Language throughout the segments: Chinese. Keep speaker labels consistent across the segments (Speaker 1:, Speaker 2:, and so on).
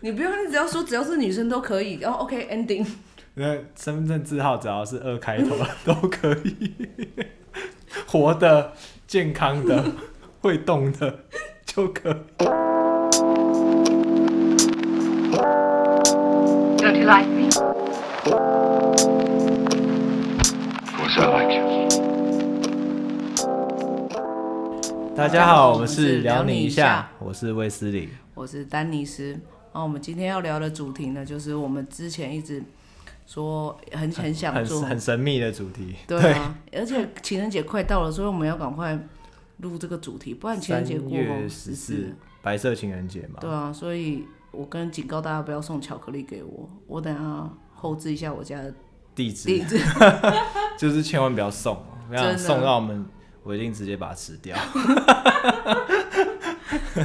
Speaker 1: 你不用，你只要说只要是女生都可以，然、哦后 OK ending。
Speaker 2: 那身份证字号只要是二开头 都可以， 活的、健康的、会动的就可以。
Speaker 3: Don't you like me?
Speaker 4: Of course, I like you.
Speaker 2: 大家好，我们是聊你一下，我是卫斯理。
Speaker 1: 我是丹尼斯，然后我们今天要聊的主题呢，就是我们之前一直说很很想
Speaker 2: 很
Speaker 1: 做，
Speaker 2: 很神秘的主题，
Speaker 1: 对啊，而且情人节快到了，所以我们要赶快录这个主题，不然情人
Speaker 2: 三
Speaker 1: 节过
Speaker 2: 月
Speaker 1: 后
Speaker 2: 十
Speaker 1: 四
Speaker 2: 四，白色情人节嘛
Speaker 1: 对，啊，所以我跟警告大家不要送巧克力给我，我等下后置一下我家的
Speaker 2: 地
Speaker 1: 地
Speaker 2: 址
Speaker 1: 址，
Speaker 2: 就是千万不要送，不
Speaker 1: 真
Speaker 2: 要
Speaker 1: 的
Speaker 2: 送到我们，我一定直接把它吃 掉。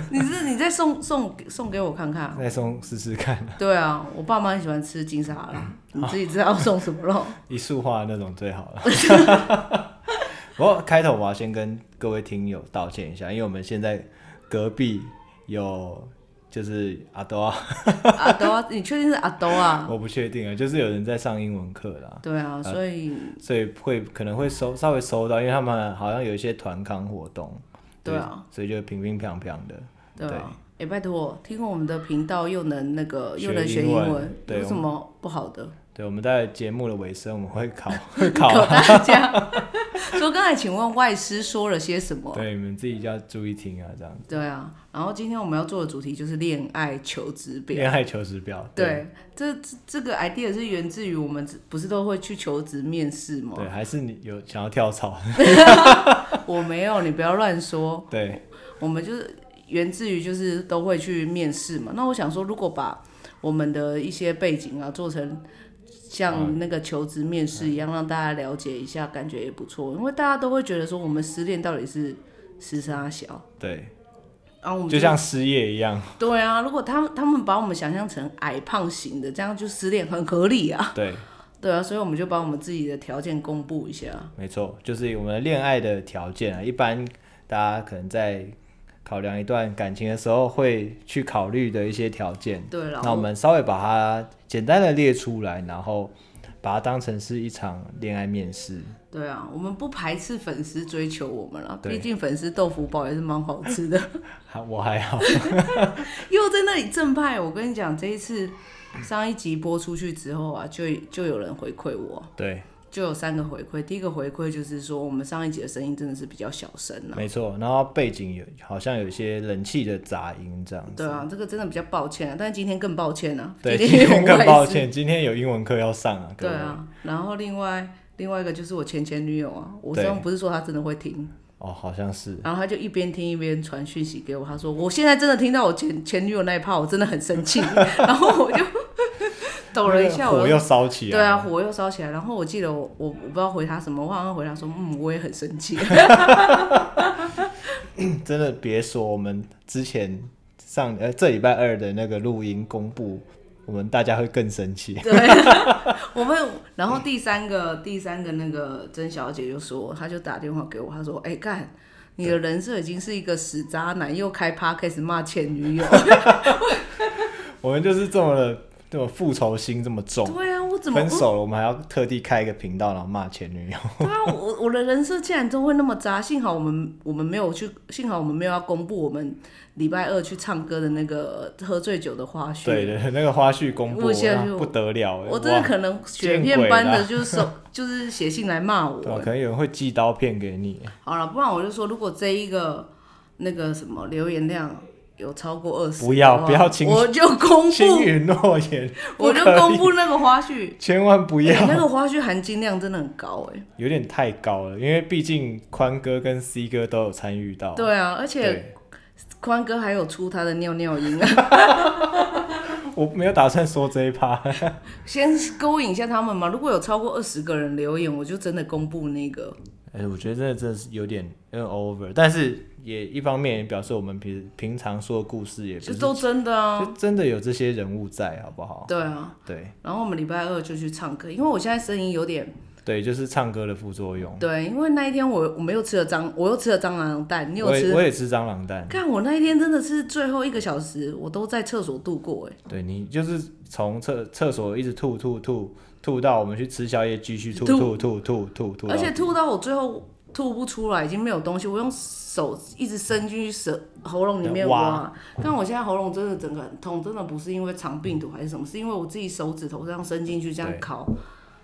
Speaker 1: 你是你再送送送给我看看啊。
Speaker 2: 再送试试看，
Speaker 1: 对啊，我爸妈很喜欢吃金沙拉，你自己知道送什么肉。
Speaker 2: 一束花那种最好了。 不过开头我要先跟各位听友道歉一下，因为我们现在隔壁有就是阿多啊，
Speaker 1: 阿兜 啊，你确定是阿兜啊？
Speaker 2: 我不确定啊，就是有人在上英文课啦，
Speaker 1: 对啊，所以
Speaker 2: 所以会可能会收稍微收到，因为他们好像有一些团康活动，
Speaker 1: 对啊，
Speaker 2: 所以就平平平平的，
Speaker 1: 对啊，哎、拜托，听过我们的频道又能那个又能学
Speaker 2: 学英
Speaker 1: 英
Speaker 2: 文
Speaker 1: 文，
Speaker 2: 对
Speaker 1: 有
Speaker 2: 我
Speaker 1: 什
Speaker 2: 们
Speaker 1: 么不好的？
Speaker 2: 对，我们在节目的尾声我们会 考会考
Speaker 1: 考
Speaker 2: 啊，
Speaker 1: 大 家。说刚才请问外师说了些什么？
Speaker 2: 对，你们自己要注意听啊，这样
Speaker 1: 对啊，然后今天我们要做的主题就是恋爱求职表。
Speaker 2: 恋爱求职表，
Speaker 1: 对，这这这个 idea 是源自于我们不是都会去求职面试吗？
Speaker 2: 对，还是你有想要跳槽，
Speaker 1: 我没有，你不要乱说。
Speaker 2: 对。
Speaker 1: 我们就是源自于就是都会去面试嘛。那我想说，如果把我们的一些背景啊做成
Speaker 2: 啊
Speaker 1: 像那个求职面试一样，让大家了解一下，感觉也不错。因为大家都会觉得说，我们失恋到底是时差小，
Speaker 2: 对，
Speaker 1: 然后我们
Speaker 2: 就像失业一样，
Speaker 1: 对啊，如果他们他们把我们想象成矮胖型的，这样就失恋很合理啊。
Speaker 2: 对，
Speaker 1: 对啊，所以我们就把我们自己的条件公布一下。
Speaker 2: 没错，就是我们的恋爱的条件啊。一般大家可能在考量一段感情的时候，会去考虑的一些条件。
Speaker 1: 对啦，
Speaker 2: 那我们稍微把它简单的列出来，然后把它当成是一场恋爱面试。
Speaker 1: 对啊，我们不排斥粉丝追求我们了，
Speaker 2: 对
Speaker 1: 毕竟粉丝豆腐包也是蛮好吃的。
Speaker 2: 还我还好，
Speaker 1: 又在那里正派，我跟你讲，这一次上一集播出去之后啊，就就有人回馈我，
Speaker 2: 对，
Speaker 1: 就有三个回馈。第一个回馈就是说，我们上一集的声音真的是比较小声啊。
Speaker 2: 没错。然后背景有好像有一些冷气的杂音这样
Speaker 1: 对
Speaker 2: 子。
Speaker 1: 啊，这个真的比较抱歉啊，但是今天更抱歉啊，
Speaker 2: 对，今
Speaker 1: 天
Speaker 2: 天
Speaker 1: 有
Speaker 2: 更
Speaker 1: 外
Speaker 2: 抱
Speaker 1: 事。
Speaker 2: 歉，今天有英文课要上啊。各
Speaker 1: 对
Speaker 2: 位，
Speaker 1: 啊，然后另外另外一个就是我前前女友啊，我
Speaker 2: 对
Speaker 1: 上不是说她真的会听，
Speaker 2: 哦，好像是。
Speaker 1: 然后她就一边听一边传讯息给我，她说我现在真的听到我前前女友那一趴，我真的很生气，然后我就 抖了一下，
Speaker 2: 那个
Speaker 1: 我
Speaker 2: 火又烧起来。
Speaker 1: 对啊，，火又烧起来。然后我记得我我我不知道回他什么，我好像回他说，嗯，我也很生气。
Speaker 2: 真的别说，我们之前上呃这礼拜二的那个录音公布，我们大家会更生气。
Speaker 1: 我们然后第三个第三个那个曾小姐就说，她就打电话给我，她说，哎、干。你的人设已经是一个死渣男，又开 p 开始骂前女友。
Speaker 2: 我们就是这么的这么复仇心这么重，
Speaker 1: 对啊，我怎么
Speaker 2: 分手了我们还要特地开一个频道然后骂前女友。
Speaker 1: 对啊，我我的人设竟然都会那么渣，幸好我们我们没有去，幸好我们没有要公布我们礼拜二去唱歌的那个喝醉酒的花絮。
Speaker 2: 对的，那个花絮公布
Speaker 1: 我现在
Speaker 2: 哇
Speaker 1: 就
Speaker 2: 不得了，欸
Speaker 1: 我真的
Speaker 2: 哇
Speaker 1: 可能雪
Speaker 2: 见
Speaker 1: 片
Speaker 2: 鬼
Speaker 1: 般的
Speaker 2: 了
Speaker 1: 就是手 就是写信来骂我、
Speaker 2: 对啊可能有人会寄刀片给你，
Speaker 1: 好了，不然我就说，如果这一个那个什么留言量有超过二十，
Speaker 2: 不要不要轻
Speaker 1: 我就公布，
Speaker 2: 轻云诺言，
Speaker 1: 我就
Speaker 2: 哦不可以
Speaker 1: 公，布那个花絮。
Speaker 2: 千万不要，
Speaker 1: 欸那个花絮含金量真的很高哎、
Speaker 2: 有点太高了，因为毕竟宽哥跟 C 哥都有参与到，
Speaker 1: 对啊，而且
Speaker 2: 哦对，
Speaker 1: 宽哥还有出他的尿尿音啊，
Speaker 2: 我没有打算说这一趴。
Speaker 1: 先勾引一下他们嘛。如果有超过二十个人留言，我就真的公布那个。
Speaker 2: 哎、我觉得真的真的是有点有点 over，但是也一方面也表示我们平平常说的故事也不哦
Speaker 1: 就是都真的啊
Speaker 2: 就，真的有这些人物在，好不好？
Speaker 1: 对啊。
Speaker 2: 对
Speaker 1: 然后我们礼拜二就去唱歌，因为我现在声音有点
Speaker 2: 对对，就是唱歌的副作用。
Speaker 1: 对，因为那一天我我们又吃了蟑，我又吃了蟑螂蛋，你有
Speaker 2: 我也我
Speaker 1: 吃？
Speaker 2: 也吃蟑螂蛋，
Speaker 1: 看我那一天真的是最后一个小时，我都在厕所度过哎、
Speaker 2: 对你就是从厕厕所一直吐吐吐吐到我们去吃宵夜，继续吐
Speaker 1: 吐
Speaker 2: 吐吐吐吐吐到，
Speaker 1: 而且吐到我最后吐不出来，已经没有东西，我用手一直伸进去舌喉咙里面挖
Speaker 2: 挖。
Speaker 1: 但我现在喉咙真的整个很痛，真的不是因为肠病毒还是什么，是因为我自己手指头这样伸进去这样
Speaker 2: 对
Speaker 1: 烤，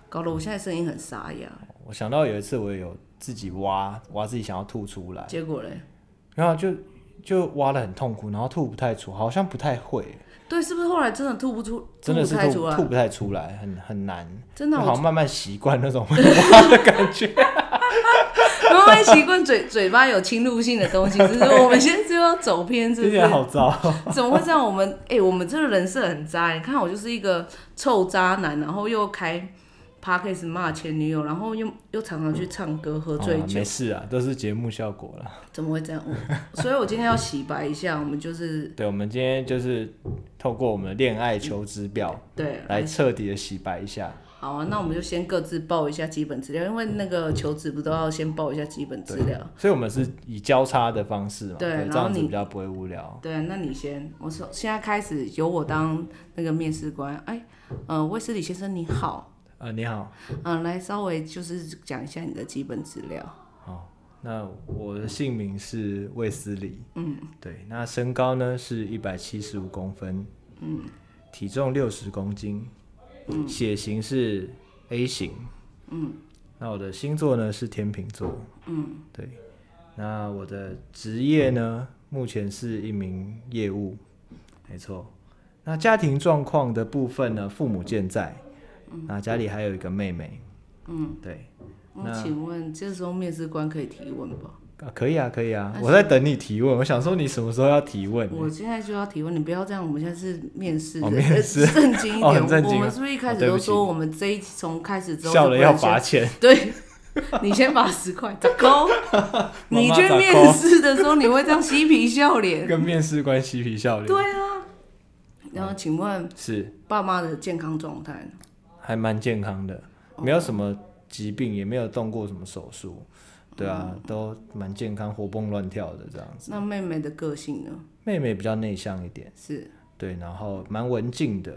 Speaker 1: 搞得我现在声音很沙哑。
Speaker 2: 我想到有一次我也有自己挖挖自己想要吐出来，
Speaker 1: 结果嘞，
Speaker 2: 然后就就挖的很痛苦，然后吐不太出，好像不太会，
Speaker 1: 对，是不是后来真的吐不出，
Speaker 2: 真的
Speaker 1: 吐
Speaker 2: 是
Speaker 1: 不太出
Speaker 2: 吐吐
Speaker 1: 来？
Speaker 2: 不太出来，很很难。
Speaker 1: 真的，
Speaker 2: 就好
Speaker 1: 我
Speaker 2: 像慢慢习惯那种会挖的感觉。
Speaker 1: 慢慢习惯嘴嘴巴有侵入性的东西，只是我们现在就要走偏，是
Speaker 2: 这
Speaker 1: 不是
Speaker 2: 点？好糟，
Speaker 1: 怎么会这样？我们哎、我们这个人设很渣、你看我就是一个臭渣男，然后又开 podcast 骂前女友，然后又又常常去唱歌、喝醉
Speaker 2: 啊
Speaker 1: 酒，
Speaker 2: 没事啊，都是节目效果了。
Speaker 1: 怎么会这样？我所以我今天要洗白一下，我们就是
Speaker 2: 对，我们今天就是透过我们的恋爱求职表
Speaker 1: 对
Speaker 2: 来彻底的洗白一下。
Speaker 1: 好啊，那我们就先各自报一下基本资料，因为那个求职不都要先报一下基本资料？
Speaker 2: 所以我们是以交叉的方式嘛，
Speaker 1: 对然后
Speaker 2: 这样子
Speaker 1: 你
Speaker 2: 比较不会无聊。
Speaker 1: 对啊，那你先，我说现在开始由我当那个面试官。哎，呃，卫斯理先生你好，
Speaker 2: 呃，你好，
Speaker 1: 嗯、来稍微就是讲一下你的基本资料。
Speaker 2: 好，那我的姓名是卫斯理，嗯，对，那身高呢是一百七十五公分，嗯，体重六十公斤，嗯，血型是 A 型，嗯，那我的星座呢是天秤座，嗯，对，那我的职业呢目前是一名业务，没错，那家庭状况的部分呢，父母健在，那家里还有一个妹妹，嗯，对。
Speaker 1: 那请问这时候面试官可以提问吧？
Speaker 2: 啊，可以啊，可以啊，我在等你提问。我想说你什么时候要提问？
Speaker 1: 我现在就要提问，你不要这样，我们现在是面试的，
Speaker 2: 哦面试
Speaker 1: 呃 正经一
Speaker 2: 哦
Speaker 1: 点。
Speaker 2: 很正经啊
Speaker 1: 我们是不是一开
Speaker 2: 哦
Speaker 1: 始
Speaker 2: 对
Speaker 1: 都
Speaker 2: 不起
Speaker 1: 说我们这一从开始之后
Speaker 2: 笑
Speaker 1: 就
Speaker 2: 了
Speaker 1: 不
Speaker 2: 要
Speaker 1: 能
Speaker 2: 罚
Speaker 1: 先？
Speaker 2: 钱，
Speaker 1: 对，你先罚十块，打勾。
Speaker 2: 妈
Speaker 1: 你去
Speaker 2: 打
Speaker 1: 面
Speaker 2: 勾
Speaker 1: 试的时候，你会这样嬉皮笑脸？
Speaker 2: 跟面试官嬉皮笑脸。
Speaker 1: 对啊。然后，请问
Speaker 2: 是
Speaker 1: 爸妈的健康状态呢？
Speaker 2: 还蛮健康的，
Speaker 1: 哦
Speaker 2: 没有什么疾病，也没有动过什么手术，对啊，
Speaker 1: 哦
Speaker 2: 都蛮健康，活蹦乱跳的这样子。
Speaker 1: 那妹妹的个性呢？
Speaker 2: 妹妹比较内向一点，
Speaker 1: 是
Speaker 2: 对，然后蛮文静的，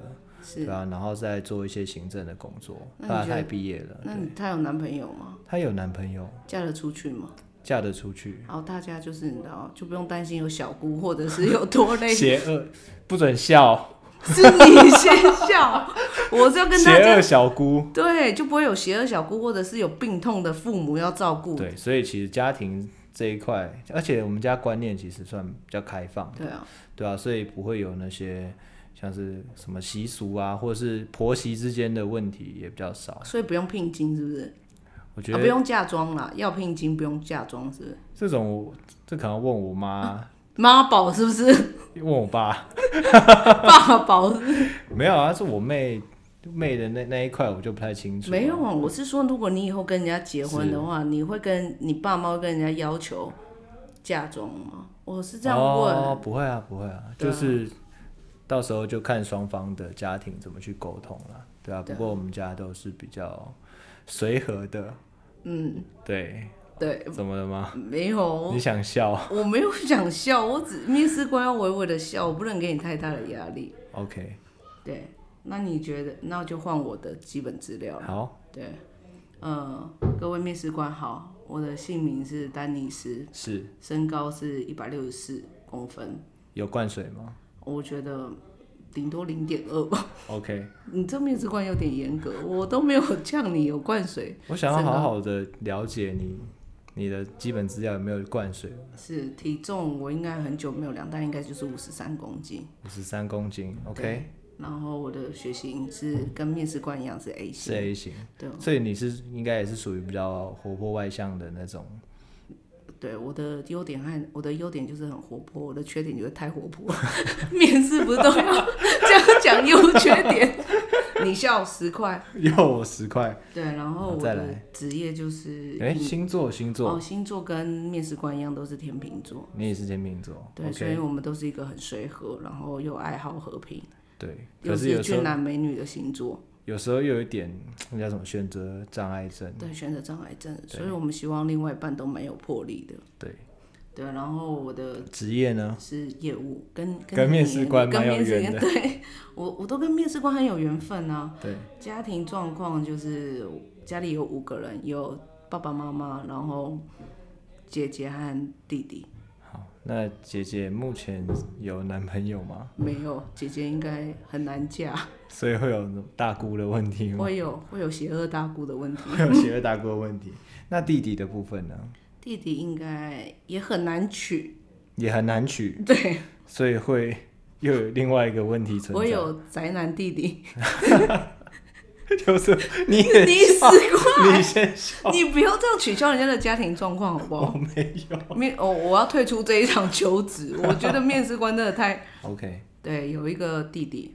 Speaker 2: 对
Speaker 1: 是。
Speaker 2: 啊，然后再做一些行政的工作。
Speaker 1: 那你
Speaker 2: 她
Speaker 1: 觉得
Speaker 2: 她也毕业了，
Speaker 1: 那你她有男朋友吗？
Speaker 2: 她有男朋友，
Speaker 1: 嫁得出去吗？
Speaker 2: 嫁得出去，
Speaker 1: 然后大家就是你知道，就不用担心有小姑或者是有 多累
Speaker 2: 邪恶不准笑，
Speaker 1: 是你先笑， 我是要跟
Speaker 2: 邪
Speaker 1: 大
Speaker 2: 恶
Speaker 1: 家
Speaker 2: 小姑。
Speaker 1: 对，就不会有邪恶小姑或者是有病痛的父母要照顾。
Speaker 2: 对，所以其实家庭这一块，而且我们家观念其实算比较开放，
Speaker 1: 对啊，
Speaker 2: 对啊，所以不会有那些像是什么习俗啊，或者是婆媳之间的问题也比较少。
Speaker 1: 所以不用聘金是不是？
Speaker 2: 我觉
Speaker 1: 啊、不
Speaker 2: 得
Speaker 1: 用嫁妆啦，要聘金不用嫁妆是不是？
Speaker 2: 这种我这可能要问我妈、
Speaker 1: 妈宝是不 是？
Speaker 2: 问我爸，
Speaker 1: 爸宝是不是
Speaker 2: 没有啊，是我妹妹的那那一块我就不太清楚、
Speaker 1: 没有，啊？我是说，如果你以后跟人家结婚的话，你会跟你爸妈会跟人家要求嫁妆吗？我是这样问。
Speaker 2: 哦，不会啊，不会啊，
Speaker 1: 对啊
Speaker 2: 就是到时候就看双方的家庭怎么去沟通了，对啊。不
Speaker 1: 对啊
Speaker 2: 过我们家都是比较随和的，
Speaker 1: 嗯，哦
Speaker 2: 对，
Speaker 1: 对，
Speaker 2: 怎么了吗？
Speaker 1: 没有
Speaker 2: 你，想笑
Speaker 1: 我没有想笑，我只面试官要微微的笑，我不能给你太大的压力。
Speaker 2: ？OK，
Speaker 1: 对，那你觉得，那就换我的基本资料了。
Speaker 2: 好，
Speaker 1: 对，呃，各位面试官好，我的姓名是丹尼斯，
Speaker 2: 是
Speaker 1: 身高是一百六十四公分，
Speaker 2: 有灌水吗
Speaker 1: 我觉得顶多零点二吧。
Speaker 2: ？OK，
Speaker 1: 你这面试官有点严格，我都没有呛你有灌水，
Speaker 2: 我想要
Speaker 1: 身高
Speaker 2: 好好的了解你，你的基本资料有没有灌水？
Speaker 1: 是体重我应该很久没有量，但应该就是五十三公斤。
Speaker 2: 五十三公斤，OK，
Speaker 1: 然后我的血型是跟面试官一样是 A
Speaker 2: 是
Speaker 1: 型，
Speaker 2: A 型，
Speaker 1: 对
Speaker 2: 所以你是应该也是属于比较活泼外向的那种。
Speaker 1: 对我的优点和我的优点就是很活泼，我的缺点就是太活泼。 面试不是都要 这样讲优缺点？ 你笑十块。
Speaker 2: 又我十块，
Speaker 1: 对，然后
Speaker 2: 好
Speaker 1: 我
Speaker 2: 再
Speaker 1: 的
Speaker 2: 来
Speaker 1: 职业就是
Speaker 2: 哎、星座星座，
Speaker 1: 哦，星座跟面试官一样都是天秤座。
Speaker 2: 你也是天秤座
Speaker 1: 对所以
Speaker 2: ，OK，
Speaker 1: 我们都是一个很随和，然后又爱好和平，
Speaker 2: 对，
Speaker 1: 又
Speaker 2: 可是有
Speaker 1: 是
Speaker 2: 时
Speaker 1: 俊
Speaker 2: 候
Speaker 1: 男美女的星座。
Speaker 2: 有时候又有一点那叫什么选择障碍症，
Speaker 1: 对，选择障碍症，所以我们希望另外一半都蛮有魄力的。
Speaker 2: 对，
Speaker 1: 对，然后我的
Speaker 2: 职业呢，
Speaker 1: 是业务，跟
Speaker 2: 跟面试官
Speaker 1: 跟
Speaker 2: 蛮有
Speaker 1: 面试
Speaker 2: 缘
Speaker 1: 官对我我都跟面试官很有缘分啊。
Speaker 2: 对，
Speaker 1: 家庭状况就是家里有五个人，有爸爸妈妈，然后姐姐和弟弟。
Speaker 2: 好，那姐姐目前有男朋友吗？
Speaker 1: 没有，姐姐应该很难嫁，
Speaker 2: 所以会有大姑的问题 吗？
Speaker 1: 会有会有邪恶大姑的问题。
Speaker 2: 会有邪恶大姑的问题。那弟弟的部分呢，
Speaker 1: 弟弟应该也很难娶，
Speaker 2: 也很难娶，
Speaker 1: 对
Speaker 2: 所以会又有另外一个问题存在。
Speaker 1: 我 有宅男弟弟，
Speaker 2: 就是你 也
Speaker 1: 你死
Speaker 2: 你先 笑，
Speaker 1: 你不要这样取消人家的家庭状况好不
Speaker 2: 我
Speaker 1: 好？
Speaker 2: 没有。
Speaker 1: 面哦，我要退出这一场求职。 我觉得面试官真的太
Speaker 2: OK，
Speaker 1: 对，有一个弟弟，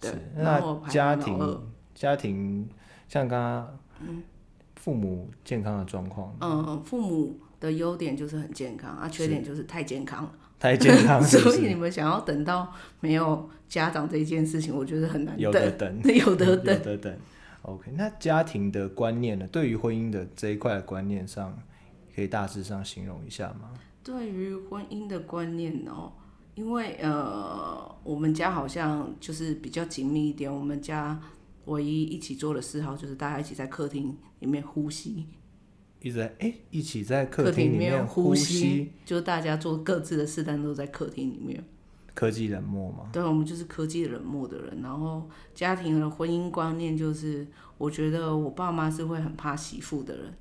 Speaker 1: 对
Speaker 2: 是，
Speaker 1: 然后我
Speaker 2: 那
Speaker 1: 排
Speaker 2: 家
Speaker 1: 行老二。
Speaker 2: 庭家庭像刚刚父母健康的状况
Speaker 1: 嗯，父母的优点就是很健康啊，缺点就是太健康了。
Speaker 2: 太健康是不
Speaker 1: 所以你
Speaker 2: 是？
Speaker 1: 们想要等到没有家长这一件事情，我觉得很难
Speaker 2: 有的
Speaker 1: 等。
Speaker 2: 等，
Speaker 1: 有的等
Speaker 2: 有的等。OK，那家庭的观念呢？对于婚姻的这一块的观念上，可以大致上形容一下吗？
Speaker 1: 对于婚姻的观念哦，因为呃，我们家好像就是比较紧密一点。我们家唯一一起做的嗜好就是大家一起在客厅里面呼吸，
Speaker 2: 一直在哎、一起在客
Speaker 1: 客
Speaker 2: 厅
Speaker 1: 里
Speaker 2: 里面
Speaker 1: 呼
Speaker 2: 吸，
Speaker 1: 就是大家做各自的事，但都在客厅里面。
Speaker 2: 科技冷漠吗？
Speaker 1: 对，我们就是科技冷漠的人。然后家庭的婚姻观念就是，我觉得我爸妈是会很怕媳妇的人，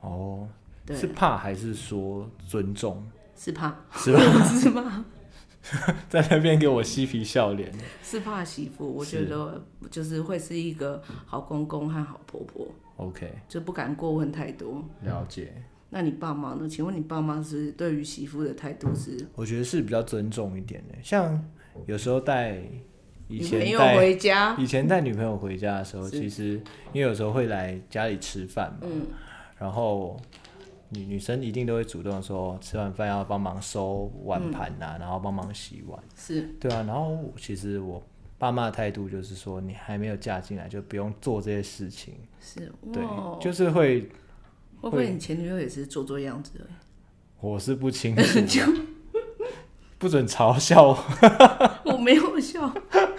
Speaker 2: 哦，
Speaker 1: 对
Speaker 2: 是怕还是说尊重？
Speaker 1: 是怕
Speaker 2: 是吧？
Speaker 1: 是怕
Speaker 2: 在那边给我嬉皮笑脸，
Speaker 1: 是怕媳妇。我
Speaker 2: 是
Speaker 1: 觉得就是会是一个好公公和好婆婆。
Speaker 2: OK，
Speaker 1: 就不敢过问太多。
Speaker 2: 了解。
Speaker 1: 那你爸妈呢？请问你爸妈是对于媳妇的态度是？
Speaker 2: 我觉得是比较尊重一点的，像有时候带
Speaker 1: 你
Speaker 2: 以
Speaker 1: 没
Speaker 2: 前
Speaker 1: 有
Speaker 2: 带
Speaker 1: 回家，
Speaker 2: 以前带女朋友回家的时候，
Speaker 1: 是
Speaker 2: 其实因为有时候会来家里吃饭嘛，
Speaker 1: 嗯
Speaker 2: 然后女女生一定都会主动说吃完饭要帮忙收碗盘啊，
Speaker 1: 嗯
Speaker 2: 然后帮忙洗碗，
Speaker 1: 是
Speaker 2: 对啊，然后其实我爸妈的态度就是说你还没有嫁进来就不用做这些事情，
Speaker 1: 是，
Speaker 2: 对，
Speaker 1: 哇，
Speaker 2: 就是会
Speaker 1: 会不会你前女友也是做做样子而已？
Speaker 2: 我是不 清楚， 不准嘲笑我。
Speaker 1: 我没有笑，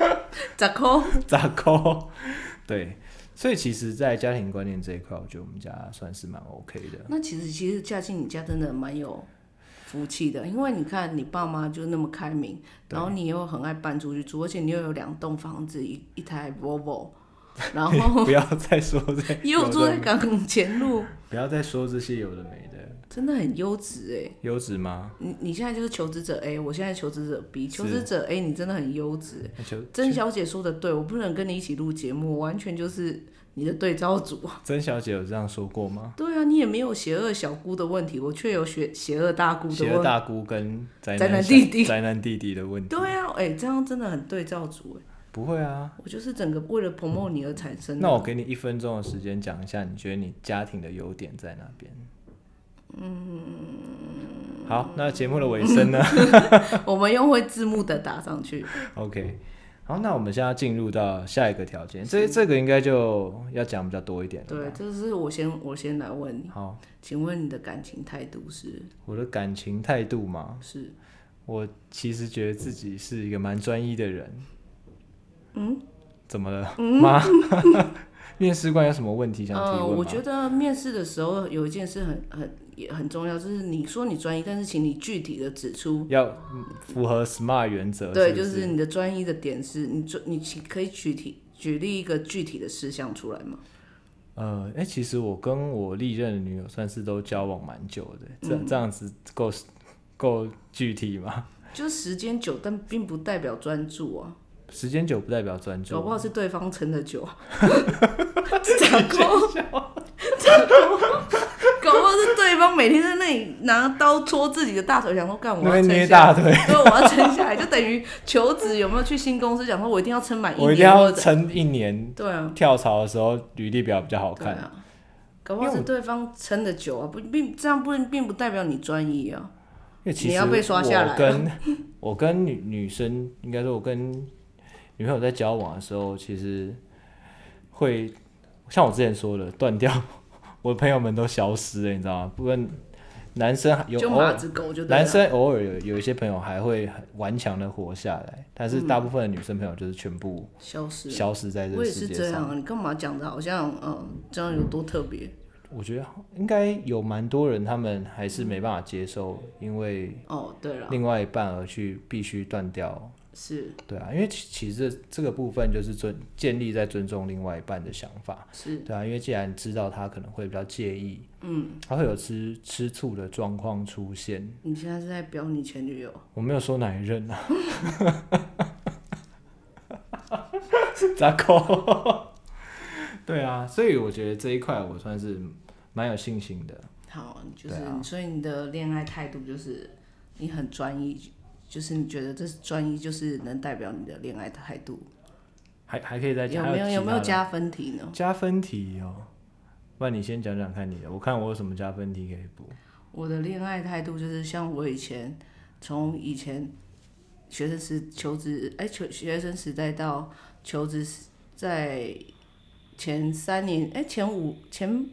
Speaker 1: 咋抠？
Speaker 2: 杂扣。对，所以其实，在家庭观念这一块，我觉得我们家算是蛮 OK 的。
Speaker 1: 那其实其实嫁进你家真的蛮有福气的，因为你看你爸妈就那么开明，然后你又很爱搬出去住，而且你又有两栋房子，一一台 Volvo，然 后
Speaker 2: 不要再说这，
Speaker 1: 又住
Speaker 2: 有的
Speaker 1: 在港前路，
Speaker 2: 不要再说这些有的没的，
Speaker 1: 真的很优质哎、
Speaker 2: 优质吗？
Speaker 1: 你你现在就是求职者 A，我现在求职者 B，
Speaker 2: 是
Speaker 1: 求职者 A 你真的很优质。
Speaker 2: 那就
Speaker 1: 曾小姐说的对，我不能跟你一起录节目，我完全就是你的对照组。
Speaker 2: 曾小姐有这样说过吗？
Speaker 1: 对啊，你也没有邪恶小姑的问题，我却有邪邪恶大姑的
Speaker 2: 邪恶
Speaker 1: 问题。
Speaker 2: 大姑跟宅
Speaker 1: 宅男
Speaker 2: 小
Speaker 1: 弟 弟
Speaker 2: 宅男弟弟的问题，
Speaker 1: 对啊，哎、这样真的很对照组哎、
Speaker 2: 不会啊。
Speaker 1: 我就是整个为了 promote 你而产生的。
Speaker 2: 那我给你一分钟的时间讲一下，你觉得你家庭的优点在哪边？嗯，好，那节目的尾声呢？
Speaker 1: 我们用会字幕的打上 去。
Speaker 2: OK，好，那我们现在进入到下一个条件，这这个应该就要讲比较多一点了
Speaker 1: 对，
Speaker 2: 吧。
Speaker 1: 这是我先我先来问你，
Speaker 2: 好，
Speaker 1: 请问你的感情态度是
Speaker 2: 我的感情态度嘛，
Speaker 1: 是
Speaker 2: 我其实觉得自己是一个蛮专一的人。嗯？
Speaker 1: 嗯
Speaker 2: 怎么了，妈？ 面试官有什么问题想提问吗？
Speaker 1: 嗯，我觉得面试的时候有一件事很很也很重要，就是你说你专一，但是请你具体的指出，
Speaker 2: 要符合 SMART 原则，
Speaker 1: 对，
Speaker 2: 呃是不
Speaker 1: 就是是你的专一的点是，你做你请可以具体举例一个具体的事项出来吗？
Speaker 2: 呃，哎、其实我跟我历任的女友算是都交往蛮久的，这、
Speaker 1: 嗯
Speaker 2: 这样子够够具体吗？
Speaker 1: 就是时间久，但并不代表专注啊，
Speaker 2: 时间久不代表专注，
Speaker 1: 搞不好是对方撑的 久，咋搞？咋搞？搞不好是对方每天在那里拿刀戳自己的大腿，想说干我
Speaker 2: 那
Speaker 1: 要
Speaker 2: 边
Speaker 1: 撑
Speaker 2: 捏
Speaker 1: 下
Speaker 2: 大
Speaker 1: 来
Speaker 2: 腿。
Speaker 1: 对，我要撑下来，就等于求职有没有去新公司，讲啊说我一定要撑满
Speaker 2: 我一定
Speaker 1: 年
Speaker 2: 要
Speaker 1: 或者
Speaker 2: 撑一年，
Speaker 1: 对啊，
Speaker 2: 跳槽的时候履历表比较好
Speaker 1: 对
Speaker 2: 看。
Speaker 1: 啊，搞不
Speaker 2: 因
Speaker 1: 好
Speaker 2: 为
Speaker 1: 是
Speaker 2: 我
Speaker 1: 对方撑的久啊，不并这样不并不代表你专一啊。
Speaker 2: 因为其
Speaker 1: 你
Speaker 2: 实
Speaker 1: 要被刷下来啊
Speaker 2: 我跟我跟女女生，应该说我跟女朋友在交往的时候，其实会像我之前说的断掉，我的朋友们都消失了，你知道吗？不过男生有
Speaker 1: 就
Speaker 2: 偶
Speaker 1: 马
Speaker 2: 尔
Speaker 1: 子狗就对了
Speaker 2: 男生偶尔有有一些朋友还会很顽强的活下来，但是大部分的女生朋友就是全部
Speaker 1: 消失。
Speaker 2: 消失在这
Speaker 1: 嗯我
Speaker 2: 个
Speaker 1: 也
Speaker 2: 世
Speaker 1: 是
Speaker 2: 界
Speaker 1: 这样
Speaker 2: 上。
Speaker 1: 啊，你干嘛讲的好像嗯这样有多特别？
Speaker 2: 我觉得应该有蛮多人，他们还是没办法接受，因为
Speaker 1: 哦，对了，
Speaker 2: 另外一半而去必须断掉。
Speaker 1: 是
Speaker 2: 对啊，因为其其实这这个部分就是尊建立在尊重另外一半的想法。
Speaker 1: 是，
Speaker 2: 对啊，因为既然知道他可能会比较介意，嗯，他会有吃吃醋的状况出现。
Speaker 1: 你现在是在表你前女友？
Speaker 2: 我没有说哪一任啊， 咋搞？ 对啊，所以我觉得这一块我算是蛮有信心的。
Speaker 1: 好，就是、
Speaker 2: 对啊
Speaker 1: 所以你的恋爱态度就是你很专一，就是你觉得这是专一，就是能代表你的恋爱态度。
Speaker 2: 还还可以再
Speaker 1: 有
Speaker 2: 加，
Speaker 1: 没有
Speaker 2: 啊还
Speaker 1: 有没有
Speaker 2: 其他
Speaker 1: 加
Speaker 2: 的
Speaker 1: 分题呢？
Speaker 2: 加分题哦？不然你先讲讲看你的，我看我有什么加分题可以补。
Speaker 1: 我的恋爱态度就是像我以前从以前学生时求职，哎、求学生时代到求职时，在前三年，哎、前五前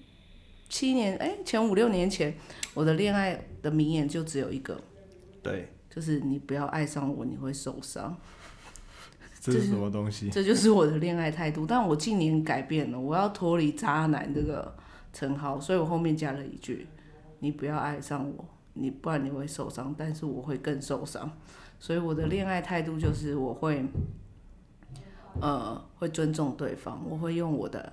Speaker 1: 七年，哎、前五六年前，我的恋爱的名言就只有一个，
Speaker 2: 对，
Speaker 1: 就是你不要爱上我，你会受伤。
Speaker 2: 这是什么东西？
Speaker 1: 这就是我的恋爱态度。但我近年改变了，我要脱离渣男这个称号，所以我后面加了一句：“你不要爱上我，你不然你会受伤，但是我会更受伤。”所以我的恋爱态度就是我会，呃，会尊重对方，我会用我的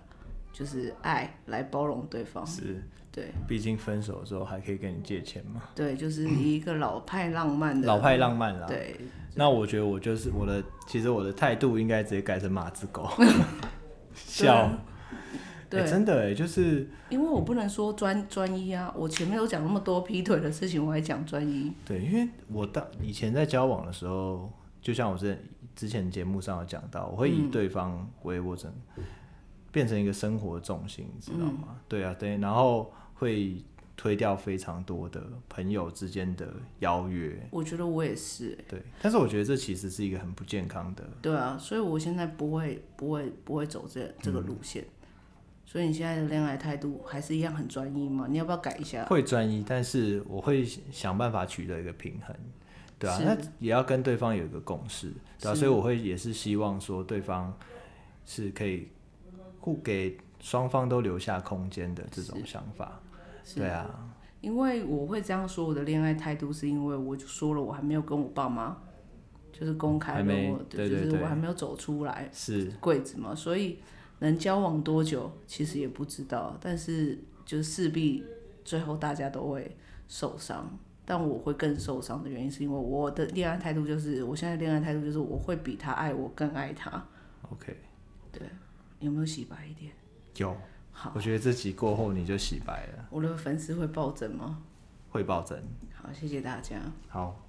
Speaker 1: 就是爱来包容对方。
Speaker 2: 是，
Speaker 1: 对
Speaker 2: 毕竟分手之后还可以跟你借钱嘛，
Speaker 1: 对，就是以一个老派浪漫的
Speaker 2: 老派浪漫啦。
Speaker 1: 对
Speaker 2: 那我觉得我就是我的，其实我的态度应该直接改成马子 狗， 笑。
Speaker 1: 对
Speaker 2: 欸真的哎、就是
Speaker 1: 因为我不能说专专一啊，我前面都讲那么多劈腿的事情，我还讲专一。
Speaker 2: 对，因为我当以前在交往的时候，就像我之前之前节目上有讲到，我会以对方为我整，变成一个生活重心，你知道吗？对啊，对，然后会推掉非常多的朋友之间的邀约，
Speaker 1: 我觉得我也是、
Speaker 2: 对，但是我觉得这其实是一个很不健康的，
Speaker 1: 对啊，所以我现在不会不会不会走这这个路线。所以你现在的恋爱态度还是一样很专一吗？你要不要改一下？
Speaker 2: 会专一，但是我会想办法取得一个平衡，对啊，
Speaker 1: 是
Speaker 2: 那也要跟对方有一个共识，对啊，
Speaker 1: 是
Speaker 2: 所以我会也是希望说对方是可以互给双方都留下空间的这种想法，
Speaker 1: 是
Speaker 2: 对啊，
Speaker 1: 因为我会这样说我的恋爱态度，是因为我就说了，我还没有跟我爸妈就是公开
Speaker 2: 还
Speaker 1: 了
Speaker 2: 没
Speaker 1: 我，
Speaker 2: 对对
Speaker 1: 就是
Speaker 2: 对
Speaker 1: 我还没有走出来
Speaker 2: 是
Speaker 1: 柜子嘛，所以能交往多久其实也不知道，但是就是势必最后大家都会受伤。但我会更受伤的原因，是因为我的恋爱态度就是，我现在恋爱态度就是，我会比他爱我更爱他。
Speaker 2: OK，
Speaker 1: 有没有洗白一点？
Speaker 2: 有，
Speaker 1: 好
Speaker 2: 我，觉得这集过后你就洗白了，
Speaker 1: 我的粉丝会暴增吗？
Speaker 2: 汇报真
Speaker 1: 好，谢谢大家。
Speaker 2: 好，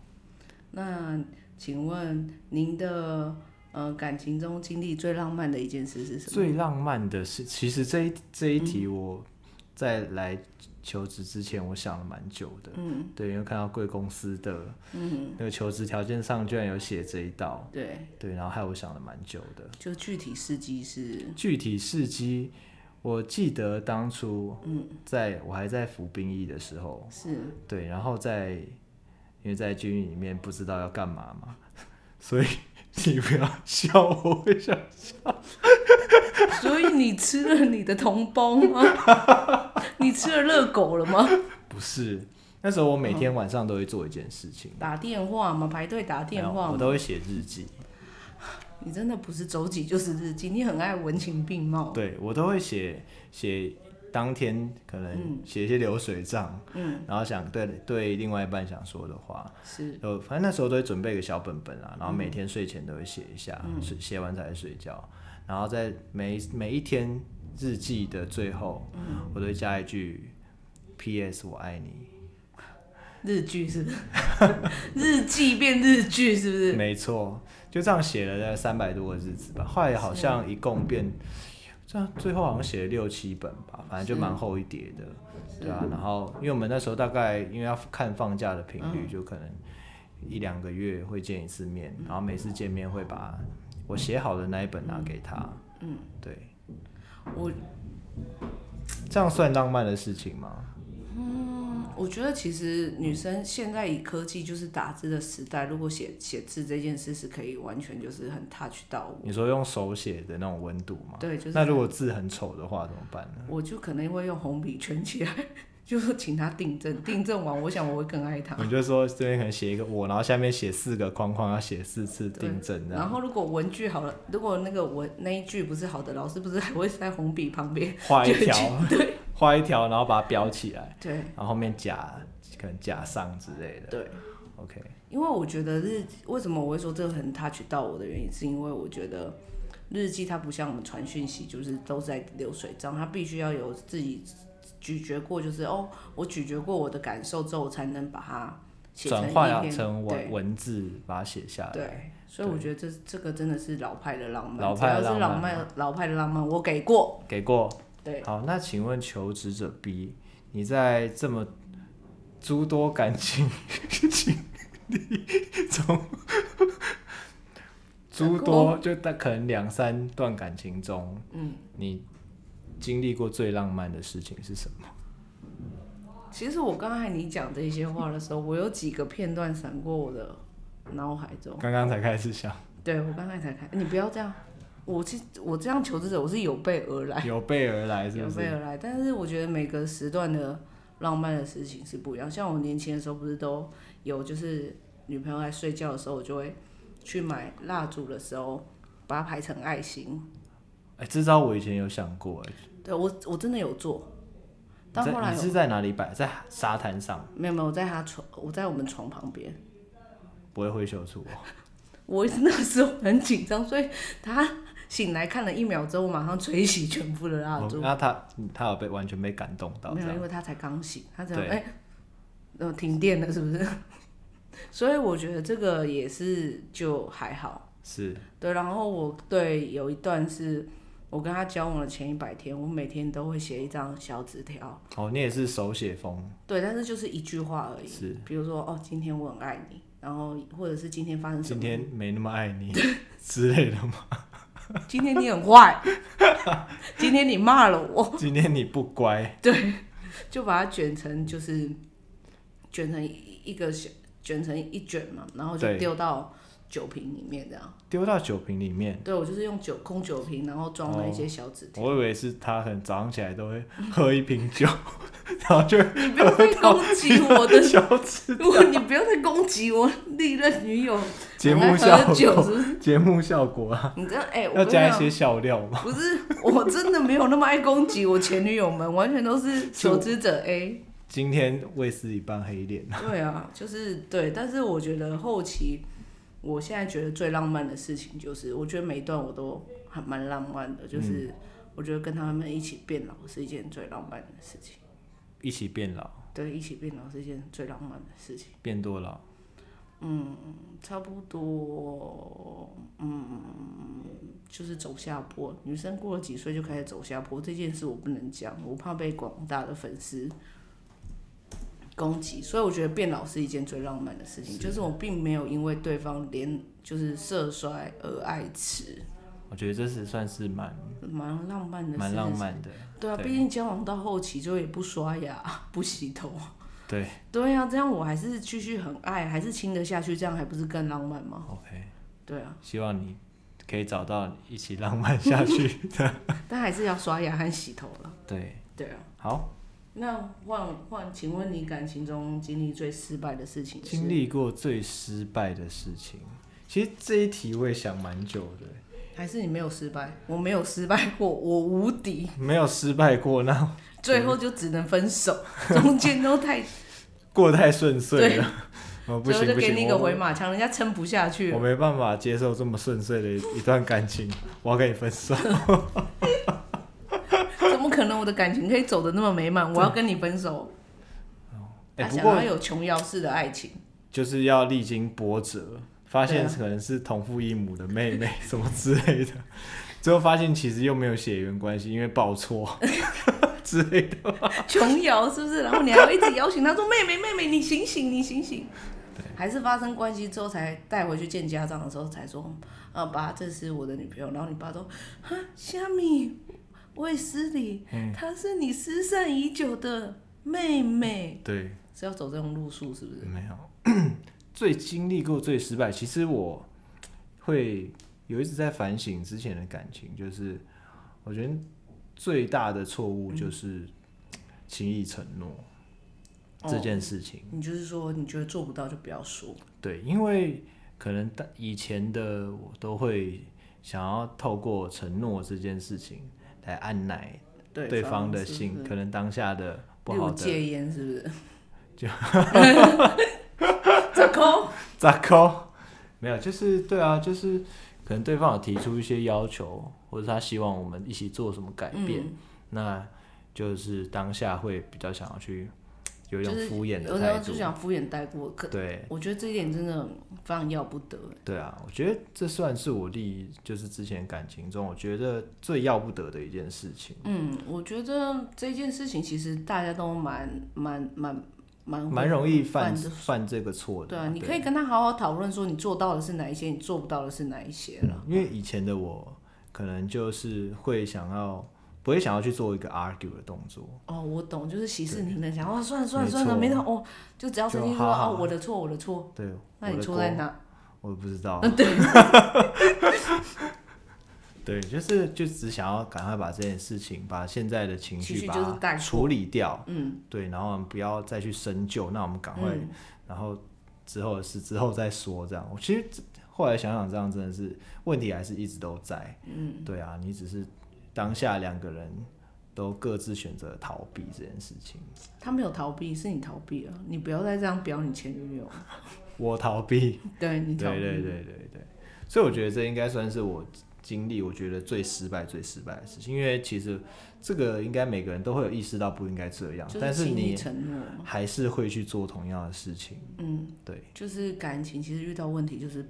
Speaker 1: 那请问您的呃感情中经历最浪漫的一件事是嗯什么？
Speaker 2: 最浪漫的是，其实这一这一题我在来求职之前，我想了蛮久的。嗯，对，因为看到贵公司的
Speaker 1: 嗯
Speaker 2: 那个求职条件上居然有写这一道，
Speaker 1: 对，
Speaker 2: 对，然后害我想了蛮久的。
Speaker 1: 就具体事迹是
Speaker 2: 具体事迹，我记得当初，嗯，在我还在服兵役的时候，
Speaker 1: 是
Speaker 2: 对，然后在因为在军营里面不知道要干嘛嘛， 所以你不要 笑，我会笑。
Speaker 1: 所以你吃了你的同胞吗？ 你吃了热狗了吗？
Speaker 2: 不是，那时候我每天
Speaker 1: 嗯
Speaker 2: 晚上都会做一件事情，
Speaker 1: 打电话吗？排队打电话
Speaker 2: 没有哎我
Speaker 1: 吗？
Speaker 2: 都会写日记。
Speaker 1: 你真的不是周几就是日记，你很爱文情并茂。
Speaker 2: 对我都会写写当天可能写一些流水账，嗯，然后想对对另外一半想说的话，
Speaker 1: 是
Speaker 2: 呃，反正那时候都会准备一个小本本啊，然后每天睡前都会写一下，睡写完才睡觉，然后在每每一天日记的最后，我都会加一句 “P.S. 我爱你”。
Speaker 1: 日剧是不 是？日记变日剧是不是？
Speaker 2: 没错，就这样写了三百多个日子吧。后来好像一共变，这样最后好像写了六七本吧，反正就蛮厚一叠的，对啊。然后因为我们那时候大概因为要看放假的频
Speaker 1: 嗯
Speaker 2: 率，就可能一两个月会见一次面，
Speaker 1: 嗯
Speaker 2: 然后每次见面会把我写好的那一本拿给他，嗯，对，
Speaker 1: 我
Speaker 2: 这样算浪漫的事情吗？
Speaker 1: 我觉得其实女生现在以科技就是打字的时代，如果写写字这件事是可以完全就是很 touch 到我。
Speaker 2: 你说用手写的那种温度吗？
Speaker 1: 对，就是
Speaker 2: 那如果字很丑的话怎么办呢？
Speaker 1: 我就可能会用红笔圈起来， 就是请他订正，订正完，我想我会更爱他。
Speaker 2: 你就说这边可能写一个我，然后下面写四个框框，要写四次
Speaker 1: 对
Speaker 2: 订正这
Speaker 1: 然
Speaker 2: 样，
Speaker 1: 后如果文具好了，如果那个文那一句不是好的，老师不是还会在红笔旁边？
Speaker 2: 画一
Speaker 1: 就
Speaker 2: 条， 画一条，然后把它标起来，
Speaker 1: 对
Speaker 2: 然后后面夹可能夹上之类的。
Speaker 1: 对，
Speaker 2: OK，
Speaker 1: 因为我觉得日为什么我会说这个很 touch 到我的原因，是因为我觉得日记它不像我们传讯息，就是都在流水账，它必须要有自己咀嚼过，就是哦，我咀嚼过我的感受之后，我才能把它写成
Speaker 2: 转
Speaker 1: 一
Speaker 2: 化
Speaker 1: 篇
Speaker 2: 成文
Speaker 1: 对
Speaker 2: 文字把它写下来。
Speaker 1: 对，所以我觉得这这个真的是老派的浪漫，
Speaker 2: 老派的
Speaker 1: 只要是
Speaker 2: 浪
Speaker 1: 老
Speaker 2: 漫
Speaker 1: 派老派的浪漫，我给过，
Speaker 2: 给过。
Speaker 1: 对，
Speaker 2: 好，那请问求职者 B，你在这么诸多感情 经历中， 诸多就大可能两三段感情中，嗯，你经历过最浪漫的事情是什么？
Speaker 1: 其实我刚才你讲这些话的时候，我有几个片段闪过我的脑海中。
Speaker 2: 刚刚才开始想，
Speaker 1: 对我刚才才看，你不要这样，我其实我这样求职者我是有备而 来，
Speaker 2: 有备而来是
Speaker 1: 有
Speaker 2: 不
Speaker 1: 备
Speaker 2: 是？
Speaker 1: 而来。但是我觉得每个时段的浪漫的事情是不一样。像我年轻的时候，不是都有就是女朋友在睡觉的时候，我就会去买蜡烛的时候，把它排成爱心。
Speaker 2: 哎、这招我以前有想过、哎，
Speaker 1: 对我我真的有做，
Speaker 2: 你
Speaker 1: 到
Speaker 2: 在
Speaker 1: 后来
Speaker 2: 你
Speaker 1: 我
Speaker 2: 是在哪里摆？在沙滩上，
Speaker 1: 没有没有，我在他床，我在我们床旁边。
Speaker 2: 不会灰球处哦。
Speaker 1: 我那个时候很紧张，所以他醒来看了一秒之后，我马上吹熄全部的蜡烛。
Speaker 2: 那他他有被完全被感动到，
Speaker 1: 啊没
Speaker 2: 这
Speaker 1: 有，
Speaker 2: 样
Speaker 1: 因为他才刚醒，他才
Speaker 2: 对
Speaker 1: 哎，呃、停电了是不是？ 所以我觉得这个也是就还好。
Speaker 2: 是
Speaker 1: 对，然后我对有一段是我跟他交往的前一百天，我每天都会写一张小纸条，
Speaker 2: 哦，你也是手写风，
Speaker 1: 对，但是就是一句话而已。
Speaker 2: 是
Speaker 1: 比如说哦，今天我很爱你，然后或者是今天发生什
Speaker 2: 今
Speaker 1: 么，
Speaker 2: 天没那么爱你 之类的 吗？
Speaker 1: 今天你很坏，今天你骂了我，
Speaker 2: 今天你不乖，
Speaker 1: 就把它卷成就是卷成一一个小卷成一卷嘛，然后就
Speaker 2: 对
Speaker 1: 丢到酒瓶里面这样。
Speaker 2: 丢到酒瓶里面。
Speaker 1: 对，我就是用酒空酒瓶，然后装了一些小纸 条。
Speaker 2: 我以为是他很早上起来都会喝一瓶酒， 然后就，
Speaker 1: 嗯你不要再攻击我的
Speaker 2: 小 吃。
Speaker 1: 我你不要再攻击我历任女友
Speaker 2: 节目
Speaker 1: 很
Speaker 2: 效
Speaker 1: 爱喝酒，是
Speaker 2: 果，
Speaker 1: 不是？
Speaker 2: 节目效果啊，
Speaker 1: 你这样哎、我
Speaker 2: 要
Speaker 1: 跟你
Speaker 2: 加一
Speaker 1: 讲，
Speaker 2: 些笑料嘛。
Speaker 1: 不是，我真的没有那么爱攻击我前女友们，完全都是求知者 A。
Speaker 2: 今天卫斯理扮黑脸，
Speaker 1: 对啊，就是对，但是我觉得后期，我现在觉得最浪漫的事情就是，我觉得每一段我都还蛮浪漫的，就是我觉得跟他们一起变老是一件最浪漫的事情，
Speaker 2: 一起变老，
Speaker 1: 对，一起变老是一件最浪漫的事情，
Speaker 2: 变多老。
Speaker 1: 差不多，嗯，就是走下坡。女生过了几岁就开始走下坡，这件事我不能讲，我怕被广大的粉丝。攻击，所以我觉得变老是一件最浪漫的事情，就是我并没有因为对方连就是色衰而爱迟，
Speaker 2: 我觉得这是算是蛮
Speaker 1: 蛮浪漫的，
Speaker 2: 蛮浪。漫的，
Speaker 1: 对啊，
Speaker 2: 对
Speaker 1: 毕竟交往到后期就也不刷牙、 不洗头。
Speaker 2: 对
Speaker 1: 对啊，这样我还是继续很爱，还是亲得下去，这样还不是更浪漫吗？
Speaker 2: ，OK。
Speaker 1: 对啊，
Speaker 2: 希望你可以找到一起浪漫下 去的。
Speaker 1: 但还是要刷牙和洗头了。
Speaker 2: 对，
Speaker 1: 对啊，
Speaker 2: 好，
Speaker 1: 那换换，请问你感情中经历最失败的事情是？
Speaker 2: 经历过最失败的事情，其实这一题我也想蛮久的，
Speaker 1: 还是你没有失败？我没有失败过，我无敌，
Speaker 2: 没有失败过，那
Speaker 1: 最后就只能分手， 中间都太，
Speaker 2: 过太顺遂了。 哦， 不
Speaker 1: 最后
Speaker 2: 行
Speaker 1: 就
Speaker 2: 不
Speaker 1: 给你
Speaker 2: 行，
Speaker 1: 一个
Speaker 2: 我
Speaker 1: 回马枪，人家撑不下去
Speaker 2: 我
Speaker 1: 了。
Speaker 2: 没办法接受这么顺遂的一一段感情， 我要跟你分 手。
Speaker 1: 啊怎么可能我的感情可以走的那么美满？我要跟你分手。
Speaker 2: 哎、
Speaker 1: 他
Speaker 2: 不
Speaker 1: 想
Speaker 2: 过
Speaker 1: 要有琼瑶式的爱情，
Speaker 2: 就是要历经波折，发
Speaker 1: 对
Speaker 2: 现
Speaker 1: 啊
Speaker 2: 可能是同父异母的妹 妹什么之类的，最后发现其实又没有血缘关系，因为报错 之类的。
Speaker 1: 琼瑶是不是？然后你还会一直邀请他说：“妹妹，妹妹，你醒醒，你醒 醒。”还是发生关系之后才带回去见家嗯长的时候才说：“啊，爸，这是我的女朋友。”然后你爸说：“哈，虾米，卫斯理，
Speaker 2: 嗯，
Speaker 1: 她是你失散已久的妹妹，
Speaker 2: 对，
Speaker 1: 是要走这种路数是不是？
Speaker 2: 没有。 最经历过最失败，其实我会有一直在反省之前的感情，就是我觉得最大的错误就是轻易承诺、
Speaker 1: 哦
Speaker 2: 这件事情。
Speaker 1: 你就是说你觉得做不到就不要说，
Speaker 2: 对，因为可能大以前的我都会想要透过承诺这件事情来按奶
Speaker 1: 对
Speaker 2: 对方的
Speaker 1: 是不
Speaker 2: 性，
Speaker 1: 是
Speaker 2: 可能当下的不
Speaker 1: 例如
Speaker 2: 好的
Speaker 1: 戒烟是不 是？就 这空
Speaker 2: 咋搞？没有，就是对啊，就是可能对方有提出一些要求，或者他希望我们一起做什么改变，
Speaker 1: 嗯
Speaker 2: 那就是当下会比较想要去有一种
Speaker 1: 就是
Speaker 2: 敷衍
Speaker 1: 有
Speaker 2: 的
Speaker 1: 时
Speaker 2: 态
Speaker 1: 候
Speaker 2: 度
Speaker 1: 就。想敷衍带过，可
Speaker 2: 对
Speaker 1: 我觉得这一点真的非常要不得。
Speaker 2: 对啊，我觉得这算是我历就是之前感情中我觉得最要不得的一件事情，
Speaker 1: 嗯，我觉得这件事情其实大家都蛮蛮蛮蛮
Speaker 2: 蛮容易犯
Speaker 1: 嗯的。
Speaker 2: 犯这个错的。
Speaker 1: 对啊，你可以跟他好好讨论说你做到的是哪一些，你做不到的是哪一些了。
Speaker 2: 因为以前的我可能就是会想要不会想要去做一个 argue 的动作，
Speaker 1: 哦，我懂，就是息事宁人，想哦，算了算了
Speaker 2: 没
Speaker 1: 算了，
Speaker 2: 错
Speaker 1: 没到哦，就只要曾经
Speaker 2: 就
Speaker 1: 说
Speaker 2: 好好
Speaker 1: 哦，我的错我的错，
Speaker 2: 对，啊
Speaker 1: 那你
Speaker 2: 我的
Speaker 1: 错
Speaker 2: 锅
Speaker 1: 在哪？
Speaker 2: 我不知道。
Speaker 1: 嗯，对，
Speaker 2: 对，就是就只想要赶快把这件事情，把现在的情
Speaker 1: 情绪
Speaker 2: 绪
Speaker 1: 就是
Speaker 2: 把
Speaker 1: 带
Speaker 2: 它
Speaker 1: 过
Speaker 2: 处理掉，
Speaker 1: 嗯，
Speaker 2: 对，然后我们不要再去深究，那我们赶快，
Speaker 1: 嗯
Speaker 2: 然后之后的事之后再说，这样。我其实这后来想想，这样真的是问题还是一直都在，嗯，对啊，你只是当下两个人都各自选择逃避这件事情，
Speaker 1: 他没有逃避，是你逃避了，你不要再这样表你前女 友，
Speaker 2: 我逃避，
Speaker 1: 对你逃避，
Speaker 2: 对对对对对，所以我觉得这应该算是我经历我觉得最失败、最失败的事情，因为其实这个应该每个人都会有意识到不应该这样，
Speaker 1: 就
Speaker 2: 但是
Speaker 1: 轻易
Speaker 2: 你
Speaker 1: 承诺嘛，
Speaker 2: 还是会去做同样的事情。
Speaker 1: 嗯，
Speaker 2: 对，
Speaker 1: 就是感情其实遇到问题就是，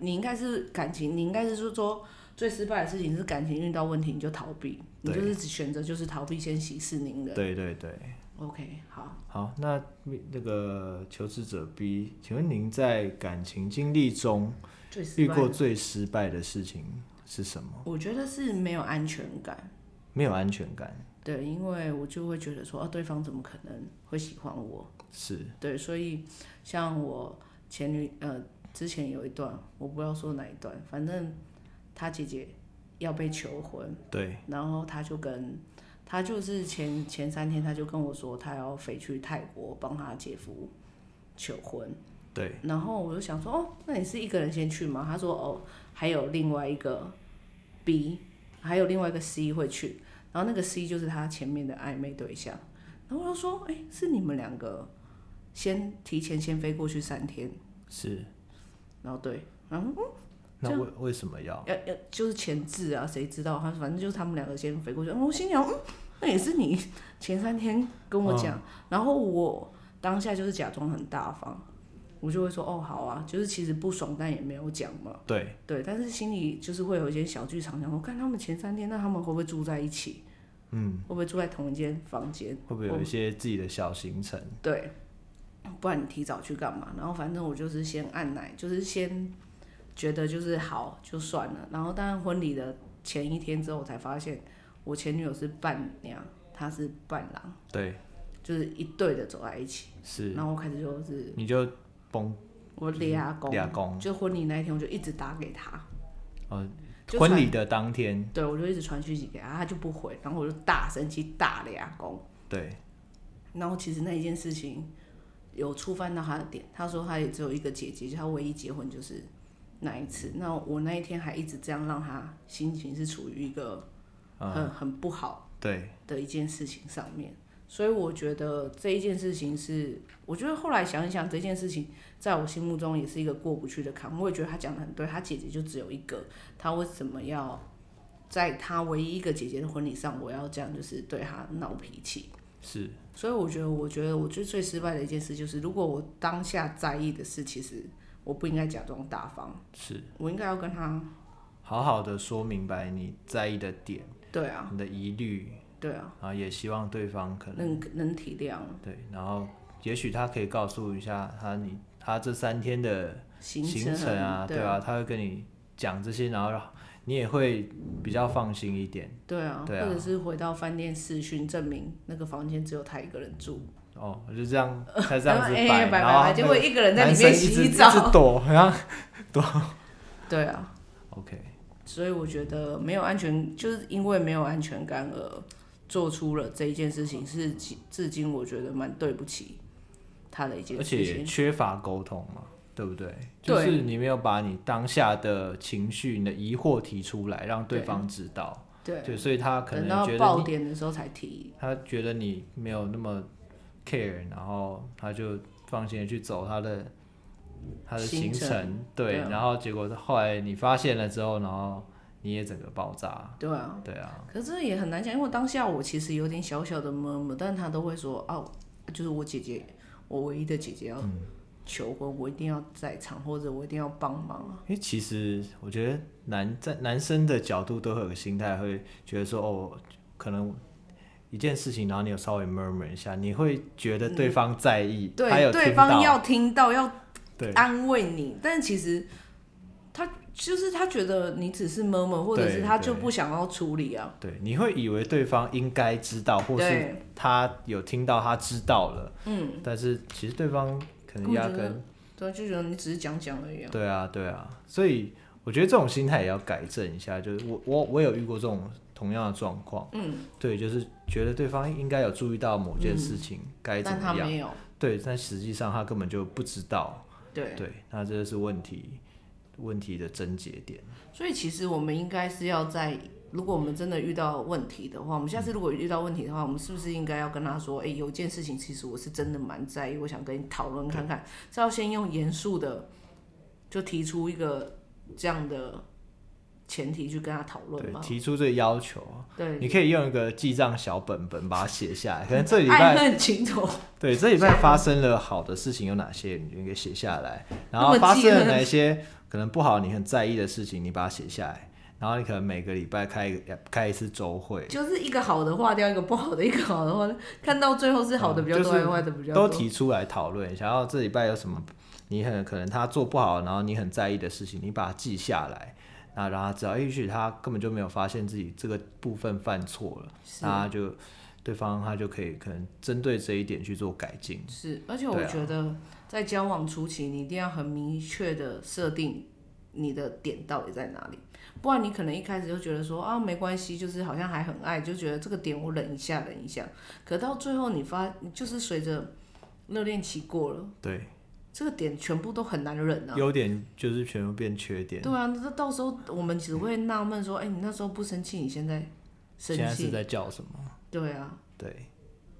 Speaker 1: 你应该是感情，你应该是说说最失败的事情是感情遇到问题你就逃避，你
Speaker 2: 对
Speaker 1: 就是只选择就是逃避，先息事宁人。
Speaker 2: 对对对。
Speaker 1: OK，好，
Speaker 2: 好，那那个求职者 B，请问您在感情经历中
Speaker 1: 最失
Speaker 2: 遇
Speaker 1: 败
Speaker 2: 过
Speaker 1: 的，
Speaker 2: 最失败的事情是什么？
Speaker 1: 我觉得是没有安全感。
Speaker 2: 没有安全感，
Speaker 1: 对，因为我就会觉得说，啊，对方怎么可能会喜欢我？
Speaker 2: 是
Speaker 1: 对，所以像我前女呃之前有一段，我不知道说哪一段，反正他姐姐要被求婚，
Speaker 2: 对，
Speaker 1: 然后他就跟他就是前前三天他就跟我说，他要飞去泰国帮他姐夫求婚，
Speaker 2: 对，
Speaker 1: 然后我就想说，哦，那你是一个人先去吗？他说，哦，还有另外一个 B，还有另外一个 C 会去，然后那个 C 就是他前面的暧昧对象，然后我就说，哎，是你们两个先提前先飞过去三天，
Speaker 2: 是。
Speaker 1: 然后对，然后嗯
Speaker 2: 那
Speaker 1: 这
Speaker 2: 为为什么要？
Speaker 1: 要要呃就是前置啊，谁知道他反正就是他们两个先飞过去，然后我心想，嗯，那也是你前三天跟我讲，然后我当下就是假装很大方。我就会说哦，好啊，就是其实不爽，但也没有讲嘛。
Speaker 2: 对，
Speaker 1: 对，但是心里就是会有一些小剧场，想说，看他们前三天，那他们会不会住在一起？
Speaker 2: 嗯，
Speaker 1: 会不会住在同一间房间？
Speaker 2: 会不会有一些自己的小行程？
Speaker 1: 对，不然你提早去干嘛？然后反正我就是先按奶，就是先觉得就是好就算了。然后当然婚礼的前一天之后，我才发现我前女友是伴娘，她是伴郎，
Speaker 2: 对，
Speaker 1: 就是一对的走在一起。
Speaker 2: 是，
Speaker 1: 然后我开始就是
Speaker 2: 你就崩
Speaker 1: 我俩公，
Speaker 2: 俩公，
Speaker 1: 就婚礼那一天我就一直打给她，
Speaker 2: 呃，
Speaker 1: 就
Speaker 2: 婚
Speaker 1: 传
Speaker 2: 礼的当天，
Speaker 1: 对，我就一直传讯息给他，他就不回，然后我就大生气，大俩公。
Speaker 2: 对，
Speaker 1: 然后其实那一件事情有触犯到他的点，他说他也只有一个姐姐，就他唯一结婚就是那一次。那我那一天还一直这样让他心情是处于一个很、
Speaker 2: 嗯，
Speaker 1: 很不好
Speaker 2: 对，
Speaker 1: 的一件事情上面，所以我觉得这一件事情是，我觉得后来想一想，这件事情在我心目中也是一个过不去的坎。我也觉得他讲的很对，他姐姐就只有一个，他为什么要在他唯一一个姐姐的婚礼上，我要这样就是对他闹脾气？
Speaker 2: 是，
Speaker 1: 所以我觉得，我觉得我最最失败的一件事就是，如果我当下在意的事，其实我不应该假装大方，
Speaker 2: 是，
Speaker 1: 我应该要跟他，
Speaker 2: 好好的说明白你在意的点，
Speaker 1: 对啊，
Speaker 2: 你的疑虑，
Speaker 1: 对啊，
Speaker 2: 然后也希望对方可能
Speaker 1: 能能体谅
Speaker 2: 对，然后也许他可以告诉一下他你他这三天的
Speaker 1: 行
Speaker 2: 行程啊，对
Speaker 1: 对啊，
Speaker 2: 啊，他会跟你讲这些，然后你也会比较放心一点
Speaker 1: 对啊，
Speaker 2: 对啊
Speaker 1: 或者是回到饭店试训，证明那个房间只有他一个人住，
Speaker 2: 哦。我就 这样，他这样子
Speaker 1: 哎
Speaker 2: 摆，
Speaker 1: 摆摆
Speaker 2: 然后
Speaker 1: 摆，结果一个人在
Speaker 2: 男
Speaker 1: 里
Speaker 2: 生
Speaker 1: 面
Speaker 2: 一直
Speaker 1: 洗
Speaker 2: 一直
Speaker 1: 澡，
Speaker 2: 躲，然 后
Speaker 1: 对啊，
Speaker 2: OK，
Speaker 1: 所以我觉得没有安全，就是因为没有安全感而做出了这一件事情，是其至今我觉得蛮对不起他的一件
Speaker 2: 而
Speaker 1: 事
Speaker 2: 且也
Speaker 1: 情。
Speaker 2: 缺乏沟通嘛，对不对？就是
Speaker 1: 对
Speaker 2: 你没有把你当下的情绪、你的疑惑提出来，让对
Speaker 1: 对
Speaker 2: 方知道，
Speaker 1: 对，
Speaker 2: 对，所以他可
Speaker 1: 等
Speaker 2: 能
Speaker 1: 到
Speaker 2: 觉得
Speaker 1: 爆
Speaker 2: 你，
Speaker 1: 点的时候才提，
Speaker 2: 他觉得你没有那么 care，然后他就放心的去走他的他的
Speaker 1: 行
Speaker 2: 行
Speaker 1: 程
Speaker 2: 对，
Speaker 1: 对啊
Speaker 2: 然后结果后来你发现了之后，然后你也整个爆炸，
Speaker 1: 对啊。
Speaker 2: 对啊，
Speaker 1: 可是也很难讲，因为当下我其实有点小小的闷闷，但他都会说啊，就是我姐姐，我唯一的姐姐要
Speaker 2: 嗯
Speaker 1: 求婚，我一定要在场，或者我一定要帮忙啊。
Speaker 2: 因为其实我觉得男在男生的角度都会有个心态，会觉得说哦，可能一件事情，然后你有稍微 murmur 一下，你会觉得对方在意，他有
Speaker 1: 嗯对，对
Speaker 2: 听
Speaker 1: 方
Speaker 2: 到，
Speaker 1: 要听到，要
Speaker 2: 对
Speaker 1: 安慰你，但其实他就是他觉得你只是闷闷，或者
Speaker 2: 对
Speaker 1: 是他就
Speaker 2: 对
Speaker 1: 不想要处理啊。
Speaker 2: 对，你会以为对方应该知道，或是
Speaker 1: 对，
Speaker 2: 他有听到，他知道了，
Speaker 1: 嗯，
Speaker 2: 但是其实对方可能
Speaker 1: 我
Speaker 2: 压
Speaker 1: 觉得
Speaker 2: 根，
Speaker 1: 对，就觉得你只是讲讲而已啊。
Speaker 2: 对啊，对啊，所以我觉得这种心态也要改正一下。就是我我我有遇过这种同样的状况，
Speaker 1: 嗯，
Speaker 2: 对，就是觉得对方应该有注意到某件事情该、怎
Speaker 1: 但
Speaker 2: 么
Speaker 1: 他
Speaker 2: 样，
Speaker 1: 没有，
Speaker 2: 对，但实际上他根本就不知道，
Speaker 1: 对，
Speaker 2: 对，那这就是问题问题的症结点。
Speaker 1: 所以其实我们应该是要在，如果我们真的遇到问题的话，我们下次如果遇到问题的话，我们是不是应该要跟他说，哎、有件事情其实我是真的蛮在意，我想跟你讨论看看，是要先用严肃的就提出一个这样的前提去跟他讨论
Speaker 2: 对，
Speaker 1: 吗？
Speaker 2: 提出这个要求，
Speaker 1: 对，
Speaker 2: 你可以用一个记账小本本把它写下来。可能这礼
Speaker 1: 爱
Speaker 2: 拜，
Speaker 1: 恨情仇，
Speaker 2: 对，这礼拜发生了好的事情有哪些，你就给写下来。然
Speaker 1: 那
Speaker 2: 后
Speaker 1: 么
Speaker 2: 发
Speaker 1: 记
Speaker 2: 生了
Speaker 1: 恨
Speaker 2: 哪些可能不好，你很在意的事情，你把它写下来。然后你可能每个礼拜开一个开一次周会，
Speaker 1: 就是一个好的化掉一个不好的，一个好的化掉，看到最后是好的比较多，
Speaker 2: 嗯就
Speaker 1: 还
Speaker 2: 是
Speaker 1: 是坏的比较
Speaker 2: 都
Speaker 1: 多。
Speaker 2: 提出来讨论一下，然后这礼拜有什么你很可能他做不好，然后你很在意的事情，你把它记下来，那让他知道，也许他根本就没有发现自己这个部分犯错了，
Speaker 1: 是
Speaker 2: 那他就对方他就可以可能针对这一点去做改进。
Speaker 1: 是，而且
Speaker 2: 对
Speaker 1: 我
Speaker 2: 啊
Speaker 1: 觉得在交往初期，你一定要很明确的设定你的点到底在哪里，不然你可能一开始就觉得说啊没关系，就是好像还很爱，就觉得这个点我忍一下忍一下，可到最后你发，你就是随着热恋期过了，
Speaker 2: 对，
Speaker 1: 这个点全部都很难忍啊。
Speaker 2: 优点就是全部变缺点，
Speaker 1: 对啊，那到时候我们只会纳闷说，哎、你那时候不生气，你现在生
Speaker 2: 现在是
Speaker 1: 气？
Speaker 2: 在叫什么？
Speaker 1: 对啊，
Speaker 2: 对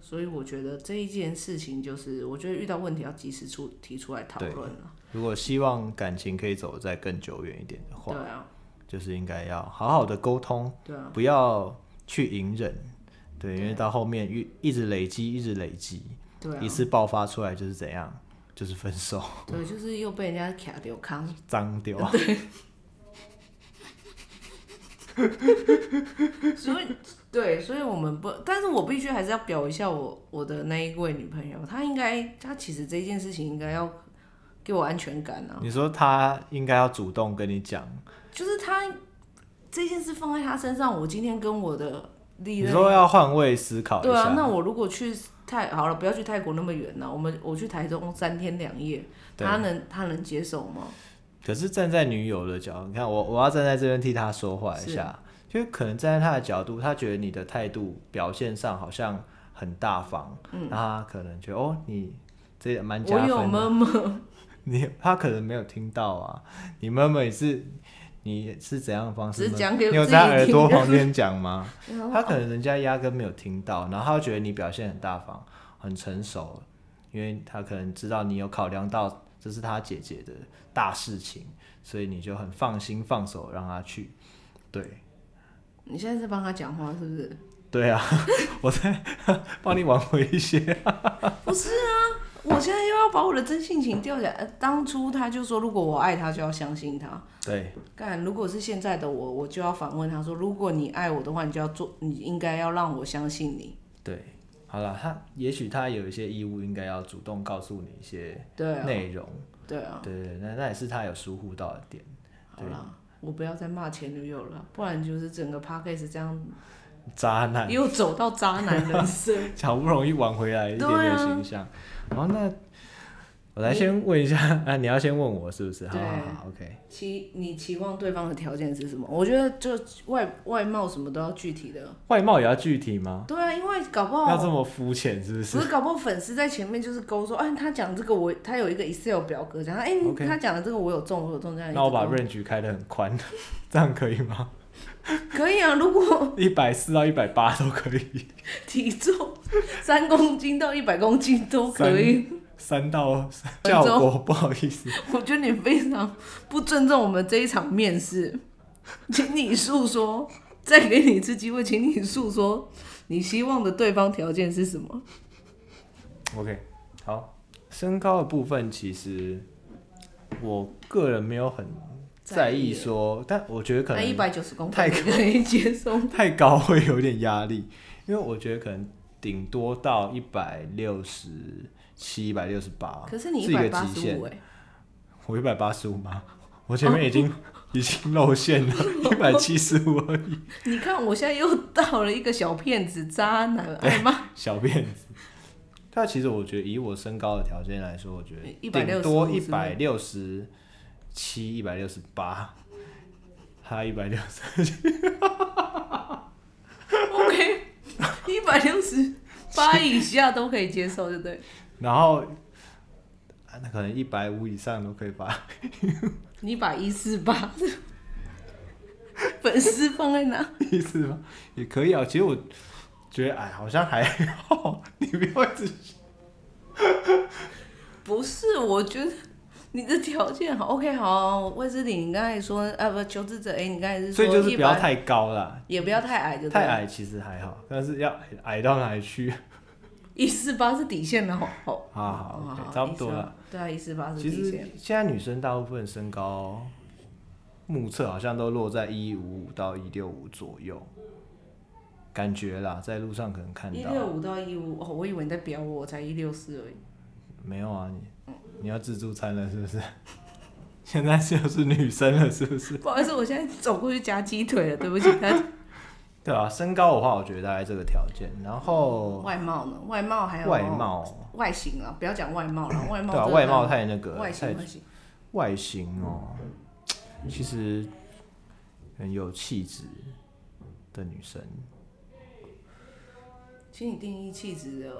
Speaker 1: 所以我觉得这一件事情就是，我觉得遇到问题要及时出提出来讨
Speaker 2: 对
Speaker 1: 论啊。
Speaker 2: 如果希望感情可以走得再更久远一点的
Speaker 1: 对
Speaker 2: 话，
Speaker 1: 啊，
Speaker 2: 就是应该要好好的沟通，
Speaker 1: 对啊。
Speaker 2: 不要去隐忍，对，因为到后面一一直累积，一直累积，
Speaker 1: 对啊，
Speaker 2: 一次爆发出来就是怎样，就是分 手，
Speaker 1: 对，就是又被人家卡掉康，
Speaker 2: 脏掉。
Speaker 1: 所以对，所以我们不，但是我必须还是要表一下我我的那一位女朋友，她应该，她其实这件事情应该要给我安全感啊，
Speaker 2: 你说他应该要主动跟你讲，
Speaker 1: 就是她这件事放在她身上，我今天跟我的利
Speaker 2: 你
Speaker 1: 任，
Speaker 2: 说要换位思考一
Speaker 1: 对啊，那
Speaker 2: 下，
Speaker 1: 我如果去泰，好了，不要去泰国那么远了、我们我去台中三天两夜，
Speaker 2: 对
Speaker 1: 她能她能接受吗？
Speaker 2: 可是站在女友的角度，你看我我要站在这边替他说话一下，就是可能站在他的角度，他觉得你的态度表现上好像很大方，那他可能觉得哦你。这也蛮
Speaker 1: 嗯我
Speaker 2: 加分的。
Speaker 1: 有妈妈，
Speaker 2: 你他可能没有听到啊，你妈妈也是，你是怎样的方式？
Speaker 1: 只是讲给
Speaker 2: 你有
Speaker 1: 自己
Speaker 2: 在耳朵
Speaker 1: 听
Speaker 2: 旁边讲吗？
Speaker 1: 然后
Speaker 2: 他可能人家压根没有听到，然后他觉得你表现很大方、很成熟，因为他可能知道你有考量到这是他姐姐的大事情，所以你就很放心放手让他去。对，
Speaker 1: 你现在在帮她讲话是不是？
Speaker 2: 对啊， 我在 帮你挽回一些。
Speaker 1: 不是啊，我现在又要把我的真性情吊起来。呃当初他就说，如果我爱他，就要相信他。
Speaker 2: 对，
Speaker 1: 干，如果是现在的我，我就要反问他说，如果你爱我的话，你就要做，你应该要让我相信你。
Speaker 2: 对，好了，他也许他有一些义务，应该要主动告诉你一些
Speaker 1: 对啊，
Speaker 2: 内容。
Speaker 1: 对啊，
Speaker 2: 对对，对那那也是他有疏忽到的点。
Speaker 1: 好啦，我不要再骂前女友了，不然就是整个 podcast 这样
Speaker 2: 渣男，
Speaker 1: 又走到渣男人 生。
Speaker 2: 好不容易挽回来一点
Speaker 1: 对
Speaker 2: 点
Speaker 1: 啊
Speaker 2: 形象。好，那我来先问一下， 啊，你要先问我是不是？好
Speaker 1: 对
Speaker 2: 好好，OK。
Speaker 1: 期你期望对方的条件是什么？我觉得就外外貌什么都要具体的。
Speaker 2: 外貌也要具体吗？
Speaker 1: 对啊，因为搞不
Speaker 2: 要这
Speaker 1: 好
Speaker 2: 么肤浅是不是
Speaker 1: 不？是搞不好粉丝在前面就是勾说，哎，他讲这个我他有一个 Excel 表格，讲哎、
Speaker 2: OK
Speaker 1: 他讲的这个我有中，我有哎中这样一直
Speaker 2: 那我把
Speaker 1: 勾
Speaker 2: range 开得很宽， 这样可以吗？
Speaker 1: 可以啊，如果
Speaker 2: 一百四到一百八都可以，
Speaker 1: 体重 三公斤到一百公斤都可以。
Speaker 2: 三到
Speaker 1: 分钟
Speaker 2: 效果不好意思，
Speaker 1: 我觉得你非常不尊重我们这一场面试， 请你诉说，再给你一次机会，请你诉说你希望的对方条件是什么？
Speaker 2: OK，好，身高的部分其实我个人没有很在意说，但我觉得可
Speaker 1: 那一
Speaker 2: 能
Speaker 1: 百九十公
Speaker 2: 太
Speaker 1: 分你可以接 受。
Speaker 2: 太高会有点压力，因为我觉得可能顶多到一百六十七、一百六十八，
Speaker 1: 可是你
Speaker 2: 是
Speaker 1: 一
Speaker 2: 一
Speaker 1: 百
Speaker 2: 个
Speaker 1: 八
Speaker 2: 极
Speaker 1: 十
Speaker 2: 限
Speaker 1: 五。哎，
Speaker 2: 我一百八十五 吗？我前面已经、已经露馅了，一百七十五而已，
Speaker 1: 你看我现在又到了一个小骗子、渣 男、哎爱骂，
Speaker 2: 小辫子。但其实我觉得以我身高的条件来说，我觉得
Speaker 1: 165
Speaker 2: 顶多一
Speaker 1: 是吗
Speaker 2: 百六十七、一百六十八，还一百六十
Speaker 1: OK，一百六十八以下都可以接受，对不对？
Speaker 2: 然后啊那可能一百五以上都可以吧。
Speaker 1: 你把 一四八粉丝放在哪？
Speaker 2: 意思吗？也可以啊。其实我觉得，哎，好像还 好。你不要一直
Speaker 1: 不是，我觉得你的条件好，OK，好，魏之玲，你刚才说，啊，不，求职者，哎，你刚才是
Speaker 2: 所
Speaker 1: 说
Speaker 2: 以就是
Speaker 1: 100，
Speaker 2: 不要太高啦，
Speaker 1: 也不要太矮，就
Speaker 2: 太，矮其实还好，但是要矮矮到哪里去 啊？
Speaker 1: 一四八是底线了，好哦好，
Speaker 2: 好，OK，差不多了。
Speaker 1: 148，对啊，一四八是
Speaker 2: 其
Speaker 1: 底
Speaker 2: 实
Speaker 1: 线，
Speaker 2: 现在女生大部分身高目测好像都落在一五五到一六五左右，感觉啦，在路上可能看
Speaker 1: 一
Speaker 2: 到。
Speaker 1: 六五到一五，哦，我以为你在表我，我才一六四而已，
Speaker 2: 没有啊，你你要自助餐了是不 是？现在就是女生了是不是？
Speaker 1: 不好意思，我现在走过去夹鸡腿了，对不起， 他
Speaker 2: 对啊，身高的话，我觉得大概这个条件，然后
Speaker 1: 外貌呢？外貌还有
Speaker 2: 外貌，
Speaker 1: 外形啊，不要讲外貌 了，外貌
Speaker 2: 对啊，
Speaker 1: 真的
Speaker 2: 外貌太那个了，
Speaker 1: 外
Speaker 2: 太
Speaker 1: 形外形，
Speaker 2: 外形哦，其实很有气质的女生，
Speaker 1: 请你定义气质的。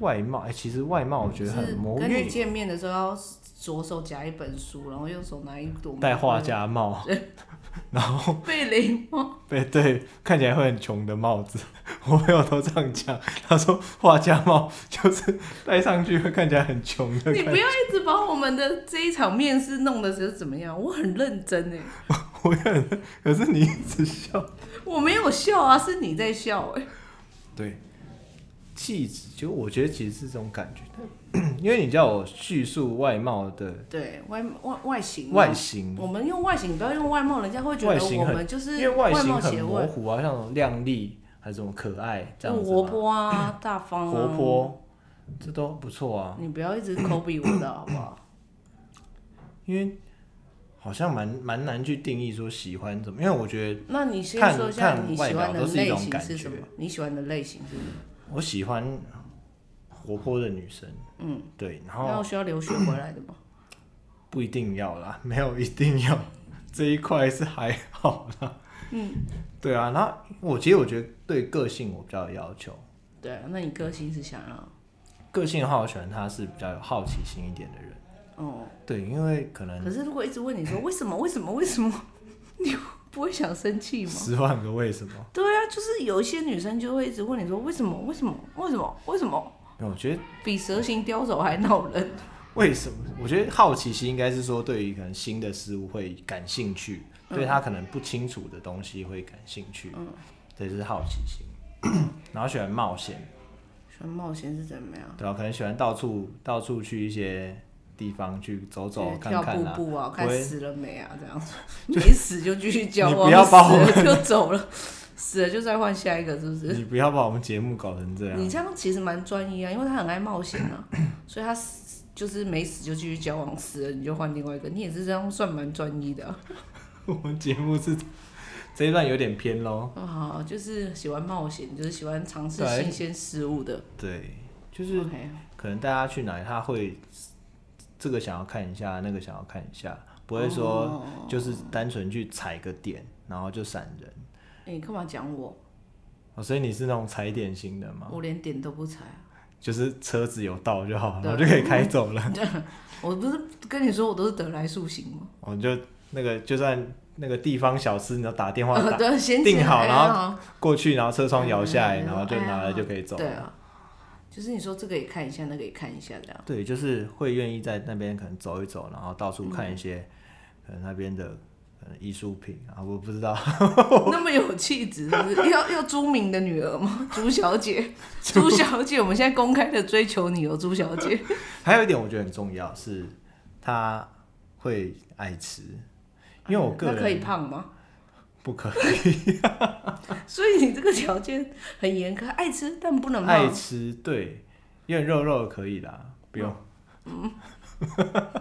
Speaker 2: 外貌，哎，其实外貌我觉得很模糊，
Speaker 1: 跟
Speaker 2: 因
Speaker 1: 你
Speaker 2: 为
Speaker 1: 见面的时候，要左手夹一本书，然后右手拿一朵玫瑰
Speaker 2: 戴画，家帽，
Speaker 1: 嗯
Speaker 2: 然后
Speaker 1: 被雷 吗？
Speaker 2: 被对看起来会很穷的帽子， 我朋友都这样讲，他说画家帽就是戴上去会看起来很穷的
Speaker 1: 你
Speaker 2: 感
Speaker 1: 不
Speaker 2: 觉，
Speaker 1: 要一直把我们的这一场面试弄的是怎么样？我很认真哎，
Speaker 2: 我也很，可是你一直笑。
Speaker 1: 我没有笑啊，是你在笑哎。
Speaker 2: 对，气质，就我觉得其实是这种感觉，但因为你叫我叙述外貌的
Speaker 1: 对外外外形啊，
Speaker 2: 外形，
Speaker 1: 我们用外形，不要用外貌，人家会觉
Speaker 2: 外
Speaker 1: 得
Speaker 2: 形
Speaker 1: 我
Speaker 2: 很
Speaker 1: 们就是
Speaker 2: 因为外形
Speaker 1: 貌
Speaker 2: 很
Speaker 1: 协
Speaker 2: 模
Speaker 1: 会，
Speaker 2: 糊啊，像那种靓丽还是什么可爱这
Speaker 1: 就
Speaker 2: 样子
Speaker 1: 活
Speaker 2: 嘛，
Speaker 1: 泼啊，大方啊，
Speaker 2: 活。泼，这都不错啊，
Speaker 1: 你不要一直抠鼻我的好不好？
Speaker 2: 因为好像蛮蛮难去定义说喜欢怎么，因为我觉得
Speaker 1: 那你先
Speaker 2: 看
Speaker 1: 说一下
Speaker 2: 看
Speaker 1: 你
Speaker 2: 外
Speaker 1: 喜欢
Speaker 2: 表
Speaker 1: 的
Speaker 2: 都是一
Speaker 1: 类
Speaker 2: 种
Speaker 1: 型
Speaker 2: 感
Speaker 1: 是什
Speaker 2: 觉
Speaker 1: 么？你喜欢的类型是什么？
Speaker 2: 我喜欢活泼的女生，嗯，对，然后
Speaker 1: 那我需要留学回来的 吗？
Speaker 2: 不一定要啦， 没有一定要，这一块是还好啦。嗯，对啊，然后我其实我觉得对个性我比较有要求，
Speaker 1: 对啊，那你个性是想要，
Speaker 2: 个性的话我喜欢他是比较有好奇心一点的人。
Speaker 1: 哦、
Speaker 2: 对，因为
Speaker 1: 可
Speaker 2: 可能
Speaker 1: 是如果一直问你说为什么为什么为什么， 你不会想生气吗？
Speaker 2: 十万个为什么，
Speaker 1: 对啊，就是有一些女生就会一直问你说为什么为什么为什么为什么，
Speaker 2: 没有我觉得
Speaker 1: 比蛇形刁手还恼人。
Speaker 2: 为什么？我觉得好奇心应该是说对于可能新的事物会感兴趣，对他可能不清楚的东西会感兴趣，嗯，这是好奇心。 然后喜欢冒险，
Speaker 1: 喜欢冒险是怎么样？
Speaker 2: 对啊，可能喜欢到处到处去一些地方去走走
Speaker 1: 就是
Speaker 2: 看
Speaker 1: 跳
Speaker 2: 看
Speaker 1: 步
Speaker 2: 啊，
Speaker 1: 步啊，看
Speaker 2: 不会
Speaker 1: 死了没啊，这样 子，没死就继续交
Speaker 2: 你
Speaker 1: 往，
Speaker 2: 不要把我
Speaker 1: 死了 就走了，死了就再换下一个，是不是？
Speaker 2: 你不要把我们节目搞成这
Speaker 1: 你
Speaker 2: 样。
Speaker 1: 啊 这样其实蛮专一啊，因为他很爱冒险啊，所以他死就是没死就继续交往，死了你就换另外一个，你也是这样算蛮专一的啊、
Speaker 2: 我们 节目是这一段有点偏喽。
Speaker 1: 啊，就是喜欢冒险，就是喜欢尝试
Speaker 2: 对
Speaker 1: 新鲜事物的，
Speaker 2: 对，就
Speaker 1: 就是 OK，
Speaker 2: 可能大家去哪里，他会这个想要看一下，那个想要看一下，不会
Speaker 1: 哦
Speaker 2: 说就是单纯去踩个点，然后就闪人。
Speaker 1: 哎、你干嘛讲我？
Speaker 2: 哦，所以你是那种踩点型的吗？
Speaker 1: 我连点都不踩啊、
Speaker 2: 就是车子有到就好，然后就
Speaker 1: 对
Speaker 2: 可以开走了。
Speaker 1: 我不是跟你说我都是得来速行吗？
Speaker 2: 我们就那个就算那个地方小吃，你要 打电话
Speaker 1: 呃，
Speaker 2: 打
Speaker 1: 对，先
Speaker 2: 定好
Speaker 1: 哎
Speaker 2: 然后
Speaker 1: 好
Speaker 2: 过去，然后车窗摇下来，
Speaker 1: 嗯
Speaker 2: 然后就拿
Speaker 1: 哎
Speaker 2: 来
Speaker 1: 呀
Speaker 2: 就可以走
Speaker 1: 对
Speaker 2: 了。
Speaker 1: 啊，就是你说这个也看一下，那个也看一下，这样。
Speaker 2: 对，就是会愿意在那边可能走一走，然后到处看一些、
Speaker 1: 嗯
Speaker 2: 可能那边的可能艺术品啊，我不知道。
Speaker 1: 那么有气质，是不是要要朱明的女儿吗？朱小姐，朱小姐，我们现在公开的追求你哦，朱小姐。
Speaker 2: 还有一点我觉得很重要是，他会爱吃，因为我个
Speaker 1: 那可以
Speaker 2: 人
Speaker 1: 胖吗？
Speaker 2: 不可
Speaker 1: 所以你这个条件很严苛，爱吃但不能胖。
Speaker 2: 爱吃，对，因为肉肉可以啦，不用。
Speaker 1: 嗯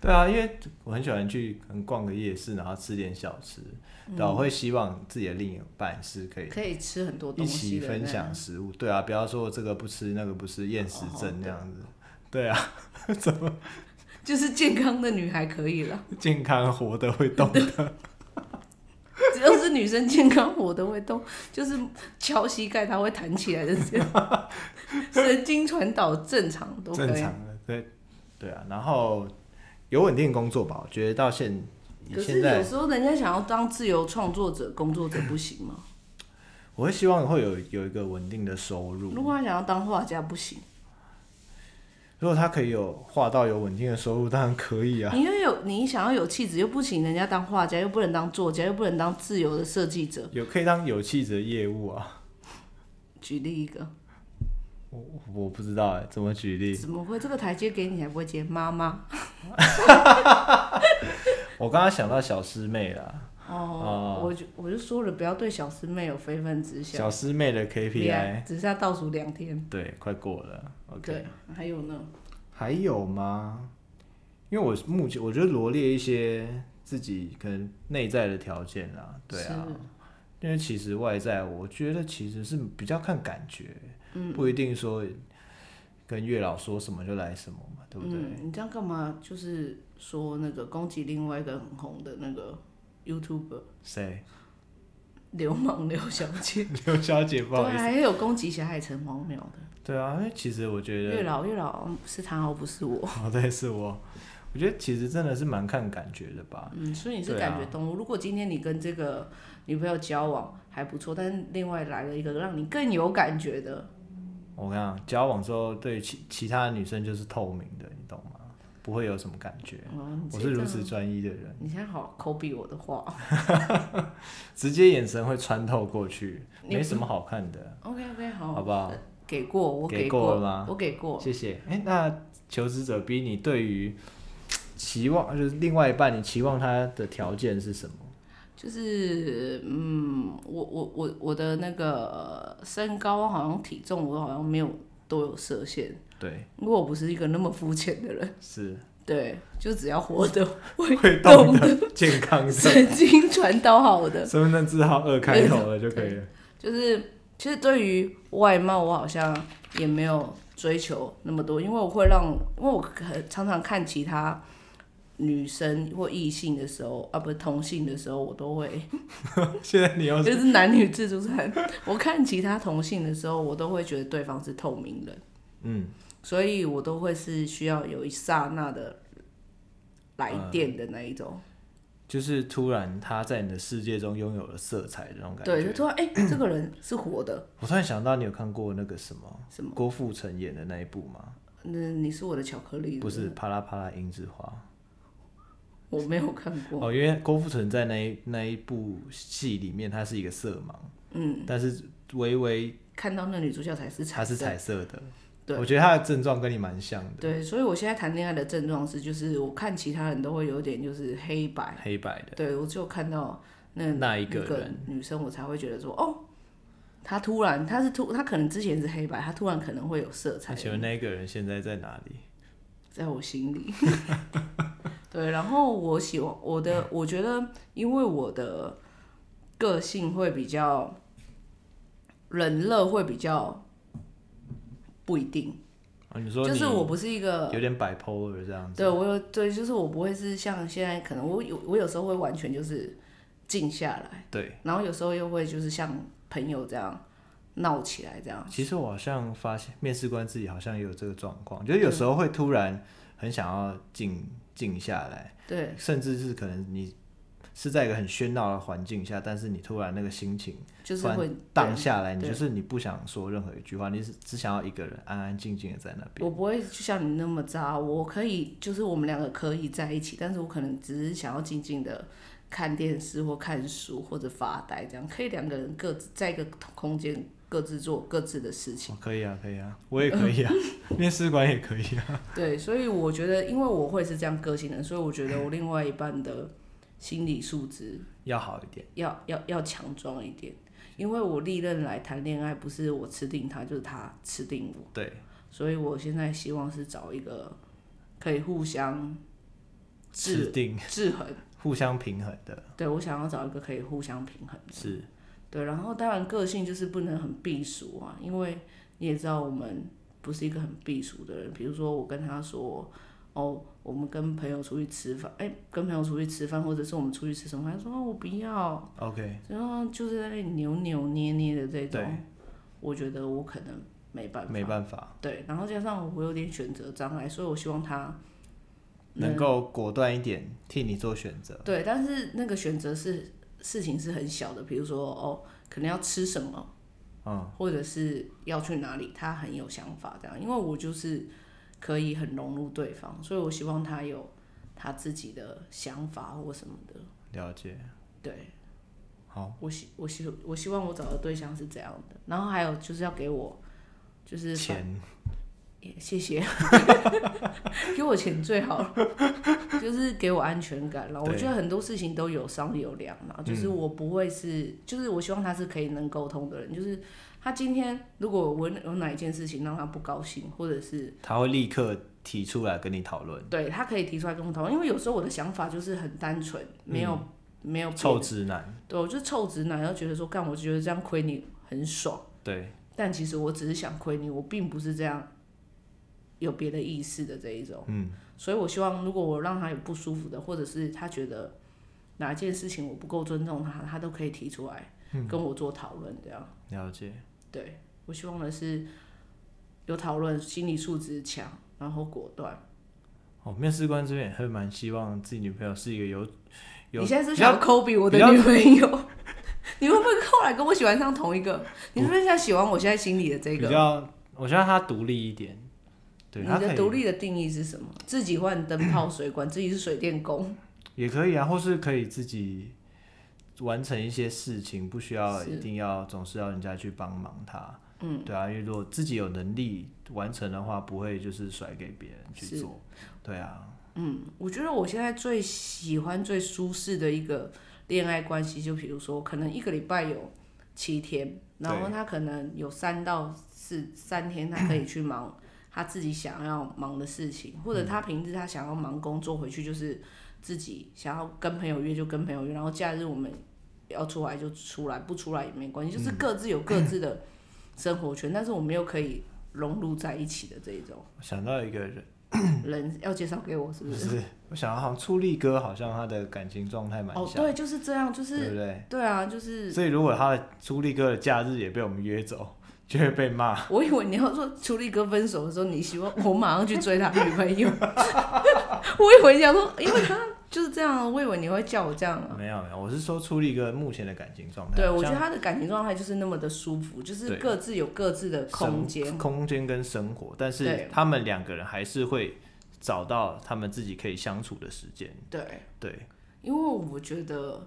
Speaker 2: 对啊，因为我很喜欢去可能逛个夜市，然后吃点小吃，
Speaker 1: 嗯
Speaker 2: 对啊、我会希望自己的另一半是可以
Speaker 1: 可以吃很多
Speaker 2: 一
Speaker 1: 东西
Speaker 2: 起
Speaker 1: 的
Speaker 2: 分
Speaker 1: 那
Speaker 2: 享
Speaker 1: 样。
Speaker 2: 食物，对啊，不要说这个不吃那个不吃，厌食
Speaker 1: 哦
Speaker 2: 症这样子，对啊， 怎么
Speaker 1: 就是健康的女孩可以了，
Speaker 2: 健康活的会 动的？
Speaker 1: 只要是女生健康，我都会动，就是敲膝盖它会弹起来的这样， 神经传导正常都可
Speaker 2: 正
Speaker 1: 以。
Speaker 2: 常的，对对啊，然后有稳定工作吧，我觉得到现以
Speaker 1: 可是
Speaker 2: 现在
Speaker 1: 有时候人家想要当自由创作者、工作者不行吗？
Speaker 2: 我会希望会有有一个稳定的收入，
Speaker 1: 如果他想要当画家不行，
Speaker 2: 如果他可以有画到有稳定的收入，当然可以啊。
Speaker 1: 你又有你想要有气质，又不请人家当画家，又不能当作家，又不能当自由的设计者。
Speaker 2: 有可以当有气质的业务啊，
Speaker 1: 举例一个，
Speaker 2: 我我不知道哎、怎么举例？
Speaker 1: 怎么会这个台阶给你还不会接？妈妈
Speaker 2: 我刚刚想到小师妹啦，
Speaker 1: 哦
Speaker 2: 哦，
Speaker 1: 我就我就说了，不要对小师妹有非分之想
Speaker 2: 小。师妹的
Speaker 1: 两
Speaker 2: KPI，
Speaker 1: 只剩下倒数两天。
Speaker 2: 对，快过了，OK。
Speaker 1: 对，还有呢？
Speaker 2: 还有吗？因为我目前我觉得罗列一些自己可能内在的条件啦，对啊，因为其实外在我觉得其实是比较看感觉，
Speaker 1: 嗯
Speaker 2: 不一定说跟月老说什么就来什么嘛，对不对？
Speaker 1: 嗯，你这样干嘛？就是说那个攻击另外一个很红的那个 YouTuber
Speaker 2: 谁、
Speaker 1: 流氓刘小姐，
Speaker 2: 刘小姐不
Speaker 1: 对
Speaker 2: 好
Speaker 1: 啊，
Speaker 2: 意思，
Speaker 1: 还有攻击霞海城隍庙的。
Speaker 2: 对啊，因为其实我觉
Speaker 1: 月
Speaker 2: 得，
Speaker 1: 老，月老是他哦，不是我。
Speaker 2: 哦，对，是我，我觉得其实真的是蛮看感觉的吧，
Speaker 1: 嗯，所以你是
Speaker 2: 对
Speaker 1: 感
Speaker 2: 啊
Speaker 1: 觉动物。如果今天你跟这个女朋友交往还不错，但是另外来了一个让你更有感觉的，
Speaker 2: 我跟你讲，交往之后对其其他的女生就是透明的，你懂吗？不会有什么感觉。
Speaker 1: 哦，你直接
Speaker 2: 啊我是
Speaker 1: 这
Speaker 2: 如
Speaker 1: 样
Speaker 2: 此专一的人，
Speaker 1: 你现在好抠比我的话
Speaker 2: 直接眼神会穿透过去，
Speaker 1: 你
Speaker 2: 没什么好看的，
Speaker 1: ，OK OK 好，
Speaker 2: 好不好？
Speaker 1: 给过我
Speaker 2: 给
Speaker 1: 过
Speaker 2: 过了吗
Speaker 1: 我给过，
Speaker 2: 谢谢。哎、那求职者 B，你对于期望就是另外一半，你期望他的条件是什么？
Speaker 1: 就是嗯，我我我我的那个身高好像体重我好像没有都有设限，
Speaker 2: 对，
Speaker 1: 因为我不是一个那么肤浅的人，
Speaker 2: 是
Speaker 1: 对，就只要活得会
Speaker 2: 会
Speaker 1: 动
Speaker 2: 动的、健康的，
Speaker 1: 神经传导好的，
Speaker 2: 身份证字号二开头的就可以了。
Speaker 1: 就是其实对于外貌，我好像也没有追求那么多，因为我会让，因为我很常常看其他女生或异性的时候，啊，不是同性的时候，我都会
Speaker 2: 现在你又
Speaker 1: 就是是男女自助餐。我看其他同性的时候，我都会觉得对方是透明人，
Speaker 2: 嗯，
Speaker 1: 所以我都会是需要有一刹那的来电的那一种。
Speaker 2: 就是突然他在你的世界中拥有了色彩的那嗯种感
Speaker 1: 对，就
Speaker 2: 觉。
Speaker 1: 突然哎、这个人是活的，
Speaker 2: 我突然想到，你有看过那个什么
Speaker 1: 什么
Speaker 2: 郭富城演的那一部吗？
Speaker 1: 那你是我的巧克力，
Speaker 2: 不是，《啪啦啪啦樱之花》。
Speaker 1: 我没有看过，
Speaker 2: 哦，因为郭富城在那一那一部戏里面，他是一个色盲，
Speaker 1: 嗯。
Speaker 2: 但是微微
Speaker 1: 看到那女主角才是
Speaker 2: 他
Speaker 1: 彩
Speaker 2: 是
Speaker 1: 色。
Speaker 2: 彩色的。
Speaker 1: 对
Speaker 2: 我觉得他的症状跟你蛮像的，
Speaker 1: 对，所以我现在谈恋爱的症状是，就是我看其他人都会有点就是黑白，
Speaker 2: 黑白的
Speaker 1: 对我只有看到那
Speaker 2: 那一个
Speaker 1: 那个
Speaker 2: 人
Speaker 1: 女生，我才会觉得说，哦，她突然，她是突，她可能之前是黑白，她突然可能会有色
Speaker 2: 那
Speaker 1: 彩。
Speaker 2: 请问那一个人现在在哪里？
Speaker 1: 在我心里。 对，然后我喜欢我
Speaker 2: 嗯
Speaker 1: 的，我觉得因为我的个性会比较冷热，会比较不一定，
Speaker 2: 啊，你说
Speaker 1: 就是
Speaker 2: 你
Speaker 1: 我不是一个
Speaker 2: 有点摆 polar 这样子，
Speaker 1: 对我有对，就是我不会是像现在可能我有我有时候会完全就是静下来，
Speaker 2: 对。
Speaker 1: 然后有时候又会就是像朋友这样闹起来这样。
Speaker 2: 其实我好像发现面试官自己好像也有这个状况，就是有时候会突然很想要静静下来，
Speaker 1: 对
Speaker 2: 甚至是可能你是在一个很喧闹的环境下，但是你突然那个心情
Speaker 1: 就是
Speaker 2: 突然
Speaker 1: 会
Speaker 2: 荡下来，你
Speaker 1: 对
Speaker 2: 就是你不想说任何一句话，你是只想要一个人安安静静的在那
Speaker 1: 我
Speaker 2: 边。
Speaker 1: 不会就像你那么渣，我可以就是我们两个可以在一起，但是我可能只是想要静静的看电视或看书或者发呆，这样可以两个人各自在一个空间各自做各自的事情。
Speaker 2: 哦，可以啊，可以啊，我也可以啊，
Speaker 1: 嗯
Speaker 2: 面试官也可以啊。
Speaker 1: 对，所以我觉得，因为我会是这样个性的人，所以我觉得我另外一半的心理素质
Speaker 2: 要好一点，
Speaker 1: 要要要强壮一点，因为我历任来谈恋爱不是我吃定他，就是他吃定我。
Speaker 2: 对，
Speaker 1: 所以我现在希望是找一个可以互相
Speaker 2: 制
Speaker 1: 制
Speaker 2: 定，
Speaker 1: 制衡。
Speaker 2: 互相平衡的，
Speaker 1: 对我想要找一个可以互相平衡的。
Speaker 2: 是
Speaker 1: 对，然后当然个性就是不能很避俗啊，因为你也知道我们不是一个很避俗的人。比如说我跟他说，哦，我们跟朋友出去吃饭，哎、跟朋友出去吃饭，或者是我们出去吃什么，他说、哦、我不要，
Speaker 2: OK，
Speaker 1: 然后就是在那里扭扭捏捏的这
Speaker 2: 对
Speaker 1: 种，我觉得我可能没办法，
Speaker 2: 没办法，
Speaker 1: 对，然后加上我有点选择障碍，所以我希望他
Speaker 2: 能够果断一点，替你做选择。
Speaker 1: 对，但是那个选择是事情是很小的，比如说哦，可能要吃什么，
Speaker 2: 嗯，
Speaker 1: 或者是要去哪里，他很有想法这样，因为我就是可以很融入对方，所以我希望他有他自己的想法或什么的。
Speaker 2: 了解。
Speaker 1: 对
Speaker 2: 好，
Speaker 1: 我希我希我希望我找的对象是这样的，然后还有就是要给我就是反
Speaker 2: 钱
Speaker 1: 也谢谢， 给我钱最好 了，就是给我安全感了。我
Speaker 2: 对嗯
Speaker 1: 觉得很多事情都有商有量啦，就是我不会是，就是我希望他是可以能沟通的人，就是他今天如果我有哪一件事情让他不高兴，或者是
Speaker 2: 他会立刻提出来跟你讨论，
Speaker 1: 对他可以提出来跟我讨论，因为有时候我的想法就是很单纯，没有、没有别的
Speaker 2: 嗯臭，直男，
Speaker 1: 对我就是臭直男，然后觉得说干，我觉得这样亏你很爽。
Speaker 2: 对，
Speaker 1: 但其实我只是想亏你，我并不是这样有别的意思的这一种。
Speaker 2: 嗯，
Speaker 1: 所以我希望如果我让他有不舒服的，或者是他觉得哪件事情我不够尊重他，他都可以提出来
Speaker 2: 嗯
Speaker 1: 跟我做讨论。这样，
Speaker 2: 了解，
Speaker 1: 对我希望的是有讨论，心理素质强，然后果断。
Speaker 2: 哦，面试官这边也会蛮希望自己女朋友是一个有有
Speaker 1: 你现在是
Speaker 2: 比较
Speaker 1: 想 copy 我的
Speaker 2: 比较
Speaker 1: 女朋友？ 你会不会后来跟我喜欢上同一个？你是不是现在喜欢我现在心里的这
Speaker 2: 比
Speaker 1: 个？
Speaker 2: 较，我觉得他独立一点，对，
Speaker 1: 你
Speaker 2: 他可
Speaker 1: 的
Speaker 2: 以
Speaker 1: 独立的定义是什么？自己换灯泡水管，自己是水电工，
Speaker 2: 也可以啊，或是可以自己完成一些事情，不需要
Speaker 1: 是
Speaker 2: 一定要总是要人家去帮忙他。嗯，对啊，因为如果自己有能力完成的话，不会就是甩给别人去
Speaker 1: 是
Speaker 2: 做。对啊，
Speaker 1: 嗯，我觉得我现在最喜欢、最舒适的一个恋爱关系，就比如说，可能一个礼拜有七天，然后
Speaker 2: 对
Speaker 1: 他可能有三到四三天，他可以去忙他自己想要忙的事情，或者他平时他想要忙工作，回去就是自己想要跟朋友约就跟朋友约，然后假日我们要出来就出来，不出来也没关系，就是各自有各自的生活圈，但是我们又可以融入在一起的这一 种
Speaker 2: 我想到一个人，
Speaker 1: 人，要介绍给我是不？
Speaker 2: 就是是我想到好像处力哥，好像他的感情状态蛮
Speaker 1: 哦，
Speaker 2: 像，
Speaker 1: 对，就是这样，就
Speaker 2: 对不
Speaker 1: 是
Speaker 2: 对？
Speaker 1: 对啊，就是。
Speaker 2: 所以如果他的朱力哥的假日也被我们约走，就会被骂。
Speaker 1: 我以为你要说楚力哥分手的时候，你希望我马上去追他女朋友。 我以为你想说，因为他就是这样啊，我以为你会叫我这样啊。
Speaker 2: 没有没有，我是说朱力哥目前的感情状态。
Speaker 1: 对，我觉
Speaker 2: 像
Speaker 1: 得他的感情状态就是那么的舒服，就是
Speaker 2: 嗯对
Speaker 1: 各自有各自的空间
Speaker 2: 生。空间跟生活，但是
Speaker 1: 对
Speaker 2: 他们两个人还是会找到他们自己可以相处的时间。
Speaker 1: 对，
Speaker 2: 对，
Speaker 1: 因为我觉得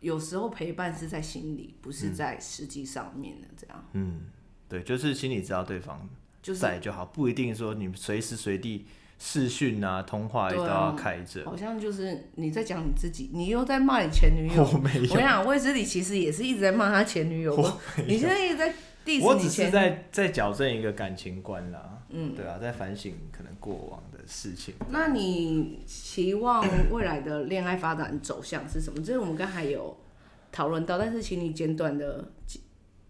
Speaker 1: 有时候陪伴是在心里，不是在实际上面的。这样、
Speaker 2: 嗯，对，就是心里知道对方
Speaker 1: 就是
Speaker 2: 在就好，不一定说你随时随地视讯啊、通话也都
Speaker 1: 对啊
Speaker 2: 要开着。
Speaker 1: 好像就是你在讲你自己，你又在骂你前女 友。
Speaker 2: 我 没
Speaker 1: 我跟你
Speaker 2: 有，
Speaker 1: 讲，卫斯理其实也是一直在骂他前女友吧。你现在一直在 diss
Speaker 2: 我
Speaker 1: 你
Speaker 2: 只是
Speaker 1: 前女友，
Speaker 2: 在在矫正一个感情观啦。嗯，对啊，在反省可能过往的事情。
Speaker 1: 那你期望未来的恋爱发展走向是什么？这是我们刚才有讨论到，但是请你简短的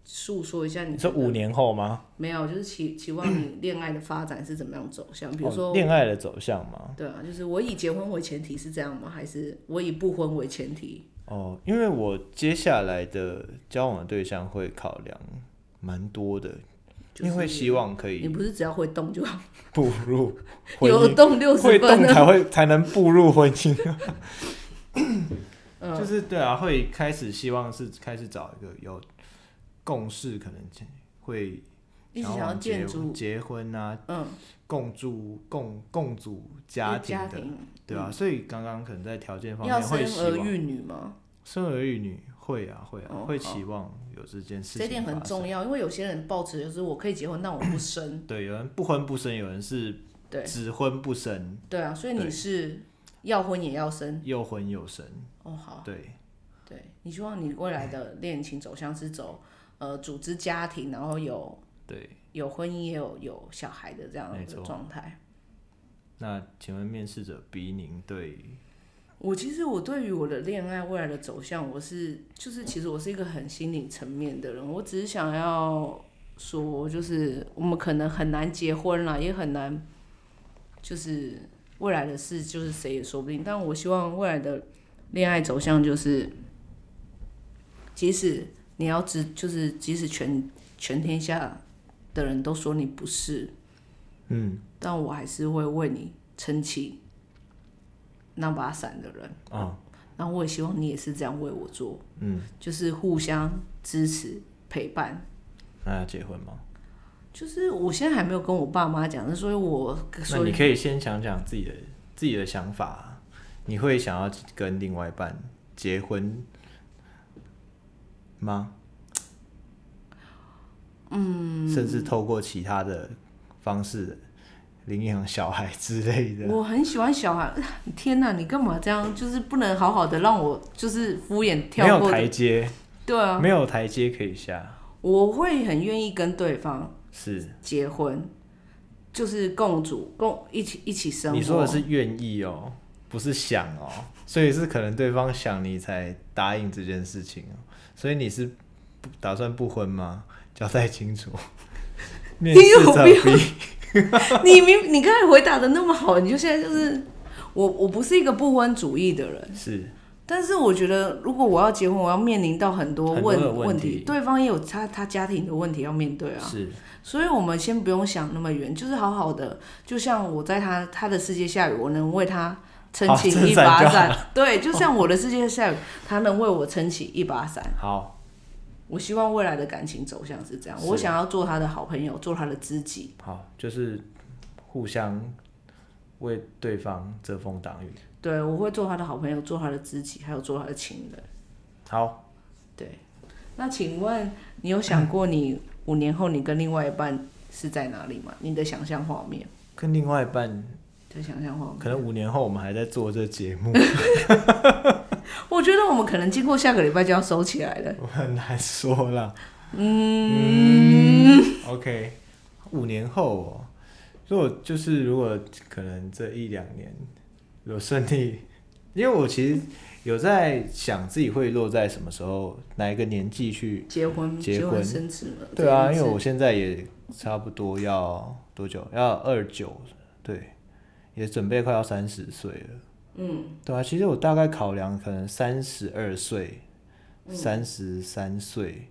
Speaker 1: 诉说一下你
Speaker 3: 你说
Speaker 1: 觉得
Speaker 3: 五年后吗？
Speaker 1: 没有，就是期期望你恋爱的发展是怎么样走向？比如说
Speaker 3: 哦，恋爱的走向吗？
Speaker 1: 对啊，就是我以结婚为前提是这样吗？还是我以不婚为前提？
Speaker 3: 哦，因为我接下来的交往的对象会考量蛮多的，
Speaker 1: 就
Speaker 3: 因为会
Speaker 1: 是
Speaker 3: 希望可
Speaker 1: 你
Speaker 3: 以
Speaker 1: 不是只要会动就好，
Speaker 3: 步 入婚
Speaker 1: 有
Speaker 3: 姻，
Speaker 1: 动六十
Speaker 3: 会动
Speaker 1: 分
Speaker 3: 才
Speaker 1: 啊。
Speaker 3: 会才能步入婚姻。
Speaker 1: 嗯
Speaker 2: 就是对啊，会开始希望是开始找一个有共识，可能会
Speaker 1: 一直
Speaker 2: 想
Speaker 1: 想要
Speaker 2: 往结
Speaker 1: 建筑，
Speaker 2: 结婚啊，
Speaker 1: 嗯，
Speaker 2: 共住共共组家庭
Speaker 1: 家
Speaker 2: 的，
Speaker 1: 庭，嗯
Speaker 2: 对啊，所以刚刚可能在条件方
Speaker 1: 要
Speaker 2: 面
Speaker 1: 生
Speaker 2: 会希
Speaker 1: 儿
Speaker 2: 望
Speaker 1: 育女吗？
Speaker 2: 生儿育女会啊会啊、
Speaker 1: 哦
Speaker 2: 会
Speaker 1: 好
Speaker 2: 期望有这件事情，
Speaker 1: 这点很重。要，因为有些人抱持就是我可以结婚，但我不生。
Speaker 2: 对，有人不婚不生，有人是
Speaker 1: 对
Speaker 2: 只婚不生，
Speaker 1: 对啊，所以你
Speaker 2: 对
Speaker 1: 是要婚也要生
Speaker 2: 又婚又生。
Speaker 1: 哦。好，
Speaker 2: 对，
Speaker 1: 对你希望你未来的恋情走向是走呃组织家庭，然后有
Speaker 2: 对。
Speaker 1: 有婚姻也有有小孩的这样的
Speaker 2: 没错
Speaker 1: 状态。
Speaker 2: 那请问面试者 B 您对
Speaker 1: 我其实我对于我的恋爱未来的走向，我是就是其实我是一个很心理层面的人，我只是想要说，就是我们可能很难结婚啦，也很难，就是未来的事就是谁也说不定。但我希望未来的恋爱走向就是，即使你要知，就是即使全全天下的人都说你不是，嗯，但我还是会为你撑起那把伞的人。
Speaker 2: 啊、
Speaker 1: 然后我也希望你也是这样为我做，
Speaker 2: 嗯，
Speaker 1: 就是互相支持陪伴。
Speaker 2: 那要结婚吗？
Speaker 1: 就是我现在还没有跟我爸妈讲，所以我
Speaker 2: 那
Speaker 1: 所
Speaker 2: 你
Speaker 1: 以
Speaker 2: 可以先讲讲自己的自己的想法啊，你会想要跟另外一半结婚吗？嗯，甚至透过其他的方式领养小孩之类的。
Speaker 1: 我很喜欢小孩。天哪，你干嘛这样？就是不能好好的让我就是敷衍
Speaker 2: 没
Speaker 1: 跳
Speaker 2: 有
Speaker 1: 过
Speaker 2: 台
Speaker 1: 的。
Speaker 2: 阶，
Speaker 1: 对啊，
Speaker 2: 没有台阶可以下，
Speaker 1: 我会很愿意跟对方
Speaker 2: 是
Speaker 1: 结婚，就是共主共一起一起生活。
Speaker 2: 你说的是愿意哦，不是想哦，所以是可能对方想你才答应这件事情哦，所以你是不打算不婚吗？交代清楚。 面试者
Speaker 1: 有
Speaker 2: B，
Speaker 1: 你明你刚才回答的那么好，你就现在就是我我不是一个不婚主义的人。
Speaker 2: 是
Speaker 1: 但是我觉得，如果我要结婚，我要面临到很多
Speaker 2: 很
Speaker 1: 问
Speaker 2: 多的问
Speaker 1: 问
Speaker 2: 题
Speaker 1: 对方也有他他家庭的问题要面对啊。
Speaker 2: 是，
Speaker 1: 所以我们先不用想那么远，就是好好的，就像我在他他的世界下雨，我能为他撑
Speaker 2: 好
Speaker 1: 起
Speaker 2: 撑
Speaker 1: 一
Speaker 2: 伞
Speaker 1: 把
Speaker 2: 就
Speaker 1: 伞。 对，就像我的世界下雨，他能为我撑起一把伞。
Speaker 2: 好，
Speaker 1: 我希望未来的感情走向是这样，我
Speaker 2: 是
Speaker 1: 想要做他的好朋友，做他的知己。
Speaker 2: 好，就是互相为对方遮风挡雨。
Speaker 1: 对，我会做他的好朋友，做他的知己，还有做他的情人。
Speaker 2: 好，
Speaker 1: 对，那请问你有想过你五年后你跟另外一半是在哪里吗？你的想象画面，
Speaker 2: 跟另外一半，
Speaker 1: 的想象画面。
Speaker 2: 可能五年后我们还在做这节目，
Speaker 1: 我觉得我们可能经过下个礼拜就要收起来了。
Speaker 2: 我很难说啦。嗯 o k 五年后、哦，如果就是如果可能这一两年有顺利，因为我其实有在想自己会落在什么时候，哪一个年纪去。
Speaker 1: 结婚，
Speaker 2: 结
Speaker 1: 婚，
Speaker 2: 婚
Speaker 1: 生子了。
Speaker 2: 对啊，
Speaker 1: 这
Speaker 2: 因为
Speaker 1: 样子
Speaker 2: 我现在也差不多要多久？要二九，对，也准备快要三十岁了。
Speaker 1: 嗯，
Speaker 2: 对啊，其实我大概考量可能三十二岁、三十三岁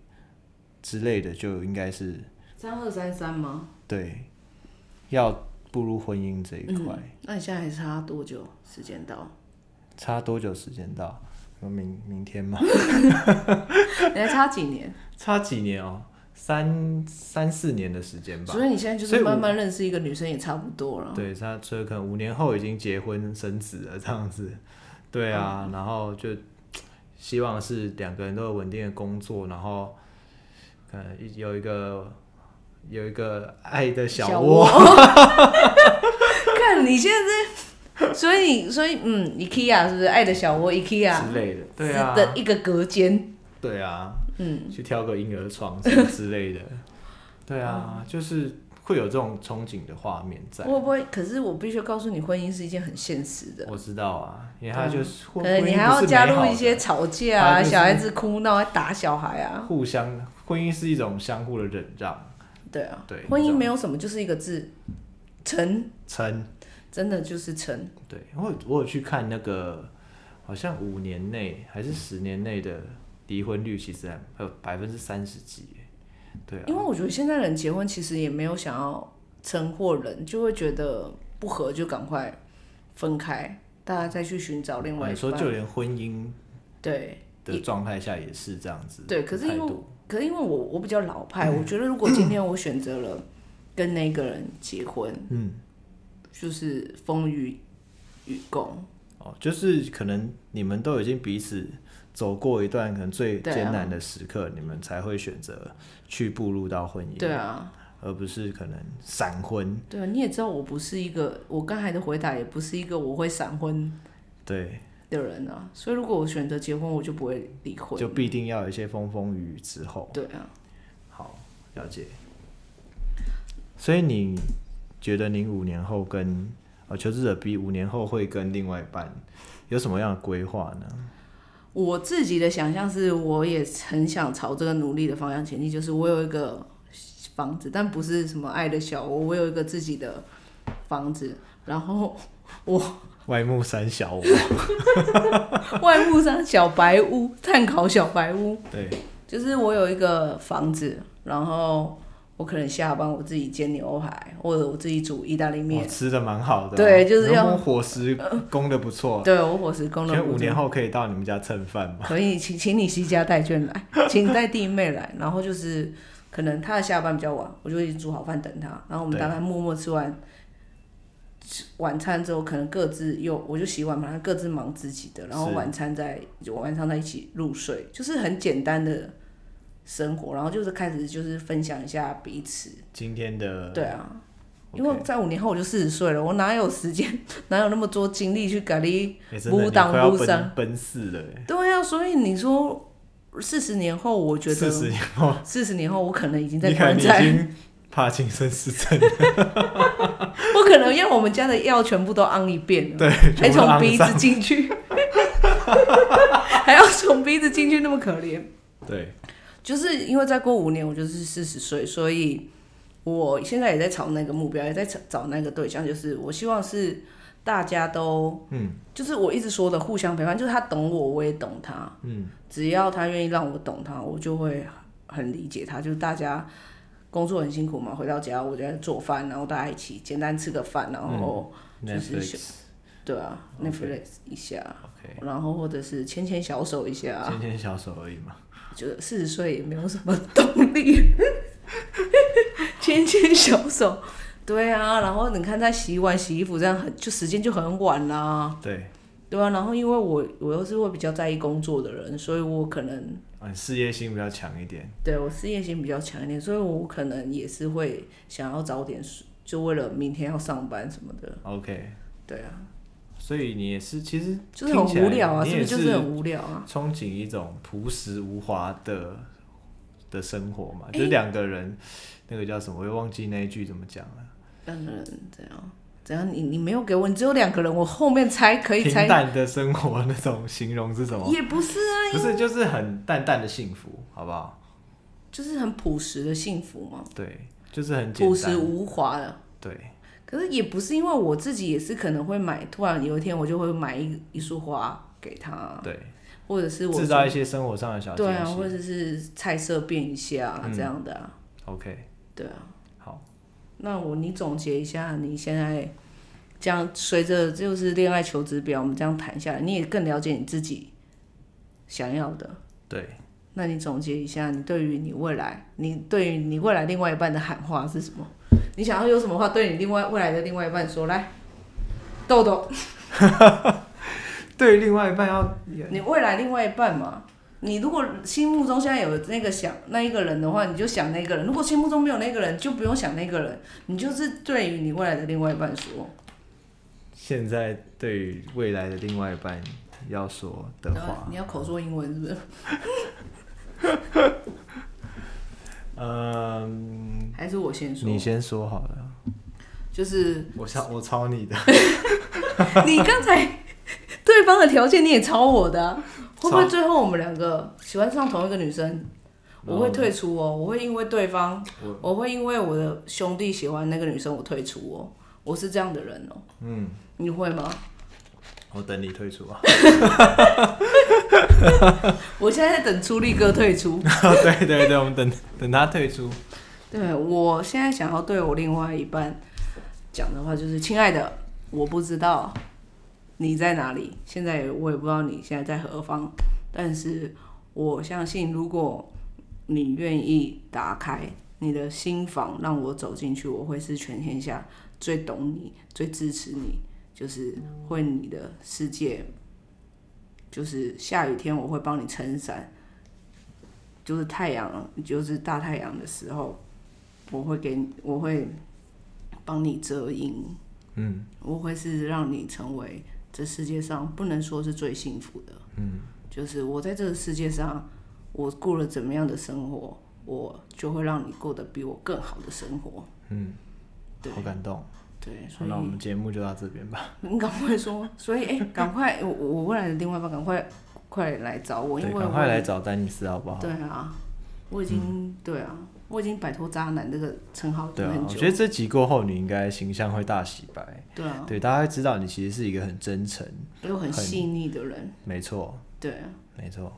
Speaker 2: 之类的，就应该是
Speaker 1: 三二三三吗？
Speaker 2: 对要步入婚姻这一块。
Speaker 1: 那你现在还差多久时间到？
Speaker 2: 差多久时间到？明明天吗？
Speaker 1: 你还差几 年？
Speaker 2: 差几年哦？三三四年的时间吧。
Speaker 1: 所以你现在就
Speaker 2: 所
Speaker 1: 是
Speaker 2: 以我
Speaker 1: 慢慢认识一个女生也差不多了。
Speaker 2: 对，他所以可能五年后已经结婚生子了这样子，对啊，
Speaker 1: 嗯
Speaker 2: 然后就希望是两个人都有稳定的工作，然后可能一有一个有一个爱的小窝，
Speaker 1: 看你现在是，所以所以嗯，IKEA 是不是爱的小窝 IKEA
Speaker 2: 之类的，对啊，
Speaker 1: 的一个隔间？
Speaker 2: 对啊，
Speaker 1: 嗯，
Speaker 2: 去挑个婴儿床什么之类的，对啊，就是会有这种憧憬的画面在。
Speaker 1: 会不会？可是嗯我必须告诉你，婚姻是一件很现实的，
Speaker 2: 我知道啊，因为他就是
Speaker 1: 嗯可
Speaker 2: 婚
Speaker 1: 能你还
Speaker 2: 婚姻不
Speaker 1: 要
Speaker 2: 是
Speaker 1: 加
Speaker 2: 美好
Speaker 1: 入
Speaker 2: 的
Speaker 1: 一些吵架啊，
Speaker 2: 它就是
Speaker 1: 小孩子哭闹、打小孩啊，
Speaker 2: 互相婚姻是一种相互的忍让，
Speaker 1: 对啊，
Speaker 2: 对
Speaker 1: 婚
Speaker 2: 你知
Speaker 1: 姻
Speaker 2: 道
Speaker 1: 没有什么，就是一个字，成，
Speaker 2: 撑。
Speaker 1: 真的就是成。
Speaker 2: 对，我有我有去看那个，好像五年内还是十年内的离婚率，其实还还有百分之三十几耶。对啊，
Speaker 1: 因为我觉得现在人结婚其实也没有想要成或人，就会觉得不合就赶快分开，大家再去寻找另外
Speaker 2: 啊你
Speaker 1: 一
Speaker 2: 说
Speaker 1: 半。
Speaker 2: 就连婚姻
Speaker 1: 对，
Speaker 2: 的状态下也是这样子
Speaker 1: 对
Speaker 2: 的态度。
Speaker 1: 可是因为可是因为我我比较老
Speaker 2: 嗯
Speaker 1: 派，我觉得如果今天我选择 了跟那个人结婚，
Speaker 2: 嗯，
Speaker 1: 就是风雨与共，
Speaker 2: 哦，就是可能你们都已经彼此走过一段可能最
Speaker 1: 对啊
Speaker 2: 艰难的时刻，你们才会选择去步入到婚姻，
Speaker 1: 对啊，
Speaker 2: 而不是可能闪婚。
Speaker 1: 对啊，你也知道我不是一个，我刚才的回答也不是一个我会闪婚
Speaker 2: 对，
Speaker 1: 的人啊，所以如果我选择结婚，我就不会离婚。
Speaker 2: 就必定要有一些风风雨雨之后。
Speaker 1: 对啊，
Speaker 2: 好，了解。所以你觉得您五年后跟呃求职者 B 五年后会跟另外一半有什么样的规划呢？
Speaker 1: 我自己的想象是，我也很想朝这个努力的方向前进，就是我有一个房子，但不是什么爱的小窝，我有一个自己的房子，然后我
Speaker 2: 外木三小 我，
Speaker 1: 外木上小白屋，碳烤小白屋，
Speaker 2: 对，
Speaker 1: 就是我有一个房子，然后我可能下班我自己煎牛排，或者我自己煮意大利面
Speaker 2: 我。吃的蛮好的哦、
Speaker 1: 对就是要
Speaker 2: 能不能伙食供的不错。
Speaker 1: 对我伙食功
Speaker 2: 请问
Speaker 1: 能不
Speaker 2: 哦
Speaker 1: 足
Speaker 2: 五年后可以到你们家蹭饭吗？
Speaker 1: 可以，请请你西家带眷来， 请带弟妹来，然后就是可能他的下班比较晚，我就会煮好饭等他，然后我们
Speaker 2: 对
Speaker 1: 大概默默吃完吃晚餐之后，可能各自又我就洗碗嘛，各自忙自己的，然后
Speaker 2: 是
Speaker 1: 晚餐再就晚上再一起入睡，就是很简单的生活，然后就是开始就是分享一下彼此，
Speaker 2: 今天的
Speaker 1: 对啊。
Speaker 2: 呃 OK
Speaker 1: 因为在五年后我就四十岁了，我哪有时间， 哪有那么多精力去咖喱
Speaker 2: 也真的
Speaker 1: 不
Speaker 2: 你
Speaker 1: 当
Speaker 2: 快要
Speaker 1: 不上
Speaker 2: 奔奔四了耶，
Speaker 1: 对啊，所以你说四十年后，我觉
Speaker 2: 四
Speaker 1: 得
Speaker 2: 十年后，
Speaker 1: 四十年后，我可能已经在
Speaker 2: 你看
Speaker 1: 棺
Speaker 2: 你已
Speaker 1: 材，
Speaker 2: 经帕金森氏症，
Speaker 1: 我可能要我们家的药全部都按一遍了，
Speaker 2: 对，
Speaker 1: 还
Speaker 2: 全部都
Speaker 1: 从
Speaker 2: 肮
Speaker 1: 鼻
Speaker 2: 脏
Speaker 1: 子进去， 还要从鼻子进去，那么可怜。
Speaker 2: 对，
Speaker 1: 就是因为再过五年我就是四十岁，所以我现在也在朝那个目标，也在找找那个对象，就是我希望是大家都，
Speaker 2: 嗯，
Speaker 1: 就是我一直说的互相陪伴，就是他懂我，我也懂他，
Speaker 2: 嗯，
Speaker 1: 只要他愿意让我懂他，我就会很理解他，就是大家。工作很辛苦嘛，回到家我就在做饭，然后大家一起简单吃个饭，然后、就是啊选
Speaker 2: Netflix
Speaker 1: 对啊
Speaker 2: 嗯 OK
Speaker 1: ，Netflix 一下，
Speaker 2: OK，
Speaker 1: 然后或者是牵牵小手一下，啊
Speaker 2: 牵牵小手而已嘛。
Speaker 1: 就是四十岁也没有什么动力，牵牵小手，对啊，然后你看他洗碗、洗衣服这样很，就时间就很晚啦、
Speaker 2: 对，
Speaker 1: 对啊，然后因为我我又是会比较在意工作的人，所以我可能
Speaker 2: 嗯，事业心比较强一点。
Speaker 1: 对啊我事业心比较强一点，所以我可能也是会想要早点睡，就为了明天要上班什么的，
Speaker 2: OK，
Speaker 1: 对啊，
Speaker 2: 所以你也是，其实
Speaker 1: 就是很
Speaker 2: 听起来
Speaker 1: 无聊啊，
Speaker 2: 你
Speaker 1: 是不
Speaker 2: 也
Speaker 1: 是
Speaker 2: 是
Speaker 1: 就是很无聊啊？
Speaker 2: 憧憬一种朴实无华的的生活嘛？就是两个人，那个叫什么？我又忘记那一句怎么讲了。
Speaker 1: 两个人怎样？怎样？你你没有给我，你只有两个人，我后面猜可以
Speaker 2: 平
Speaker 1: 猜，
Speaker 2: 淡哦的生活那种形容是什么？
Speaker 1: 也不是啊，
Speaker 2: 不是，就是很淡淡的幸福，好不好？
Speaker 1: 就是很朴实的幸福嘛，
Speaker 2: 对，就是很简
Speaker 1: 哦朴实
Speaker 2: 单。
Speaker 1: 无华的。
Speaker 2: 对，
Speaker 1: 可是也不是因为我自己也是可能会买，突然有一天我就会买一一束花给他，
Speaker 2: 对，
Speaker 1: 或者啊是我
Speaker 2: 制造一些生活上的小惊
Speaker 1: 对啊，或
Speaker 2: 喜。
Speaker 1: 者是菜色变一下、
Speaker 2: 嗯
Speaker 1: 这样的、啊，
Speaker 2: OK，
Speaker 1: 对啊。
Speaker 2: 好，
Speaker 1: 那我你总结一下，你现在这样随着就是恋爱求职表，我们这样谈下来，你也更了解你自己想要的。
Speaker 2: 对，
Speaker 1: 那你总结一下，你对于你未来，你对于你未来另外一半的喊话是什么？你想要有什么话对你另外未来的另外一半说？来，豆豆，
Speaker 2: 对于另外一半要
Speaker 1: 你未来另外一半嘛，你如果心目中现在有那个想那一个人的话，你就想那个人；如果心目中没有那个人，就不用想那个人。你就是对于你未来的另外一半说
Speaker 2: 现在对于未来的另外一半要说的
Speaker 1: 然后
Speaker 2: 话
Speaker 1: 你，要口说英文是不是？
Speaker 2: 嗯，
Speaker 1: 还是我先说？
Speaker 2: 你先说好了，
Speaker 1: 就是
Speaker 2: 我抄我抄你的，
Speaker 1: 你刚才对方的条件你也抄我的啊、会不会
Speaker 2: 抄
Speaker 1: 最后我们两个喜欢上同一个女生？我会退出哦，我会因为对方，我会因为我的兄弟喜欢那个女生，我退出哦，我是这样的人哦。
Speaker 2: 嗯，
Speaker 1: 你会吗？
Speaker 2: 我等你退出啊。
Speaker 1: 我现在在等出力哥退出。
Speaker 2: 对对对，我们等等他退出。
Speaker 1: 对我现在想要对我另外一半讲的话就是：亲爱的，我不知道你在哪里，现在也我也不知道你现在在何方，但是我相信，如果你愿意打开你的心房，让我走进去，我会是全天下最懂你、最支持你，就是会你的世界。就是下雨天我会帮你撑伞，就是太阳，就是大太阳的时候，我会给你，我会帮你遮阴，
Speaker 2: 嗯，
Speaker 1: 我会是让你成为这世界上不能说是最幸福的，嗯，就是我在这个世界上，我过了怎么样的生活，我就会让你过得比我更好的生活，对
Speaker 2: 好感动。
Speaker 1: 对，所以
Speaker 2: 那我们节目就到这边吧。
Speaker 1: 你赶快说，所以哎， 赶、快，我我未来的另外一半赶快快来找我，因
Speaker 2: 对，
Speaker 1: 为
Speaker 2: 赶
Speaker 1: 我
Speaker 2: 快来找丹尼斯好不好？
Speaker 1: 对啊，我已经、对啊，我已经摆脱渣男这个称号
Speaker 2: 对啊，
Speaker 1: 很
Speaker 2: 我
Speaker 1: 久，
Speaker 2: 觉得这集过后，你应该形象会大洗白。
Speaker 1: 对啊，
Speaker 2: 对，大家会知道你其实是一个很真诚，
Speaker 1: 又很
Speaker 2: 很
Speaker 1: 细腻的人，
Speaker 2: 没错，
Speaker 1: 对啊。
Speaker 2: 没错。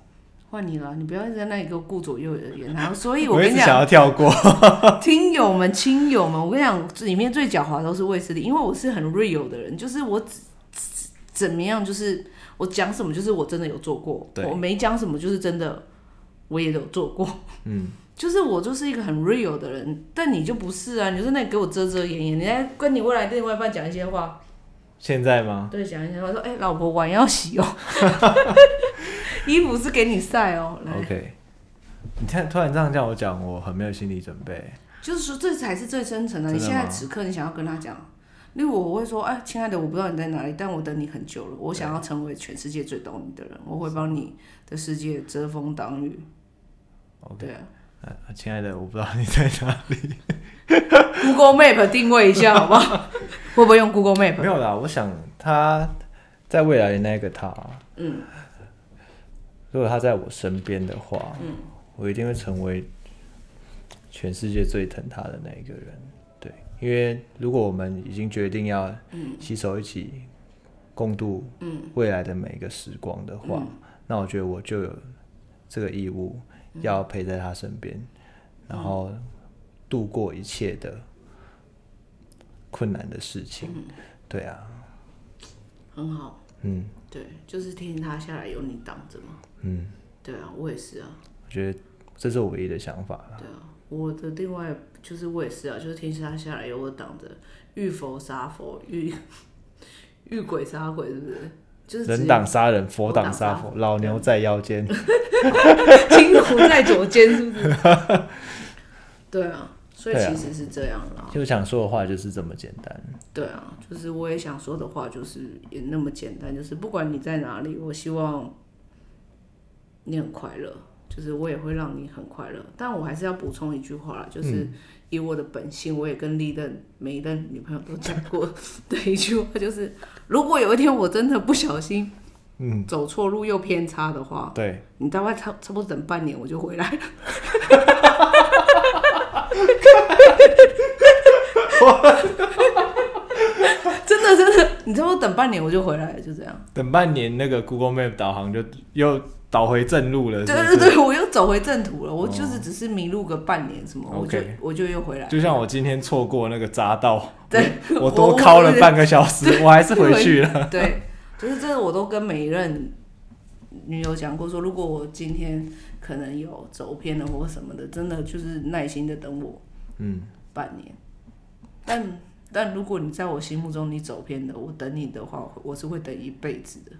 Speaker 1: 换你了，你不要一直在那里给我顾左右而言他。所以我
Speaker 2: 我一
Speaker 1: 跟你
Speaker 2: 直想要
Speaker 1: 讲，
Speaker 2: 跳过。
Speaker 1: 听友们、亲友们，我跟你讲，这里面最狡猾的都是卫斯理，因为我是很 real 的人，就是我只只怎么样，就是我讲什么，就是我真的有做过；
Speaker 2: 对
Speaker 1: 我没讲什么，就是真的我也有做过。
Speaker 2: 嗯，
Speaker 1: 就是我就是一个很 real 的人，但你就不是啊，你就在那里给我遮遮掩掩，你在跟你未来另外一半讲一些话，
Speaker 2: 现在吗？
Speaker 1: 对，讲一下，我说，哎、老婆碗要洗哦，衣服是给你晒哦，来
Speaker 2: OK，你看突然这样叫我讲，我很没有心理准备。
Speaker 1: 就是说这才是最真诚的。你
Speaker 2: 真的
Speaker 1: 现在
Speaker 2: 吗
Speaker 1: 此刻你想要跟他讲，例如我会说，哎，亲爱的，我不知道你在哪里，但我等你很久了，我想要成为全世界最懂你的 人，我会帮你的世界遮风挡雨。
Speaker 2: OK，
Speaker 1: 对啊
Speaker 2: 呃亲爱的，我不知道你在哪里。
Speaker 1: ，Google Map 定位一下好不 好？会不会用 Google
Speaker 2: 没
Speaker 1: Map？
Speaker 2: 有啦，我想他在未来的那个他，
Speaker 1: 嗯，
Speaker 2: 如果他在我身边的话，嗯，我一定会成为全世界最疼他的那一个人。对，因为如果我们已经决定要携手一起共度未来的每一个时光的话，那我觉得我就有这个义务要陪在他身边，然后度过一切的困难的事情。对啊，
Speaker 1: 很好，
Speaker 2: 嗯
Speaker 1: 对，就是天塌下来有你挡着嘛。
Speaker 2: 嗯，
Speaker 1: 对啊，我也是啊，
Speaker 2: 我觉得这是我唯一的想法啦。
Speaker 1: 对啊，我的另外就是我也是啊，就是天塌下来有我挡着，遇佛杀佛， 遇遇鬼杀鬼，是不是？就是只
Speaker 2: 人
Speaker 1: 有
Speaker 2: 挡杀人，佛
Speaker 1: 佛
Speaker 2: 挡
Speaker 1: 挡
Speaker 2: 杀
Speaker 1: 杀
Speaker 2: 佛，啊老牛在腰间。
Speaker 1: 金虎在左肩，是不是？ 对啊，所以
Speaker 2: 对啊
Speaker 1: 其实是这样啦。
Speaker 2: 就想说的话就是这么简单。
Speaker 1: 对啊，就是我也想说的话，就是也那么简单，就是不管你在哪里，我希望你很快乐，就是我也会让你很快乐。但我还是要补充一句话啦，就是以我的本性，我也跟历任每一任女朋友都讲过 的一句话，就是如果有一天我真的不小心
Speaker 2: 嗯，
Speaker 1: 走错路又偏差的话，
Speaker 2: 对，
Speaker 1: 你大概差差不多等半年我就回来。真的真的，你差不多等半年我就回来了，就这样。
Speaker 2: 等半年那个 Google Map 导航就又导回正路了，是
Speaker 1: 对哦
Speaker 2: 不
Speaker 1: 对
Speaker 2: 是？
Speaker 1: 对，我又走回正途了。我就是只是迷路个半年什么，我就
Speaker 2: OK
Speaker 1: 我就又回来了。
Speaker 2: 就像我今天错过那个匝道，
Speaker 1: 对，
Speaker 2: 我多敲了半个小时，我还是回去了。
Speaker 1: 了。 对，就是这个我都跟每一任女友讲过说如果我今天可能有走偏了或什么的，真的就是耐心的等我
Speaker 2: 嗯，
Speaker 1: 半年。但但如果你在我心目中你走偏了，我等你的话，我是会等一辈子的，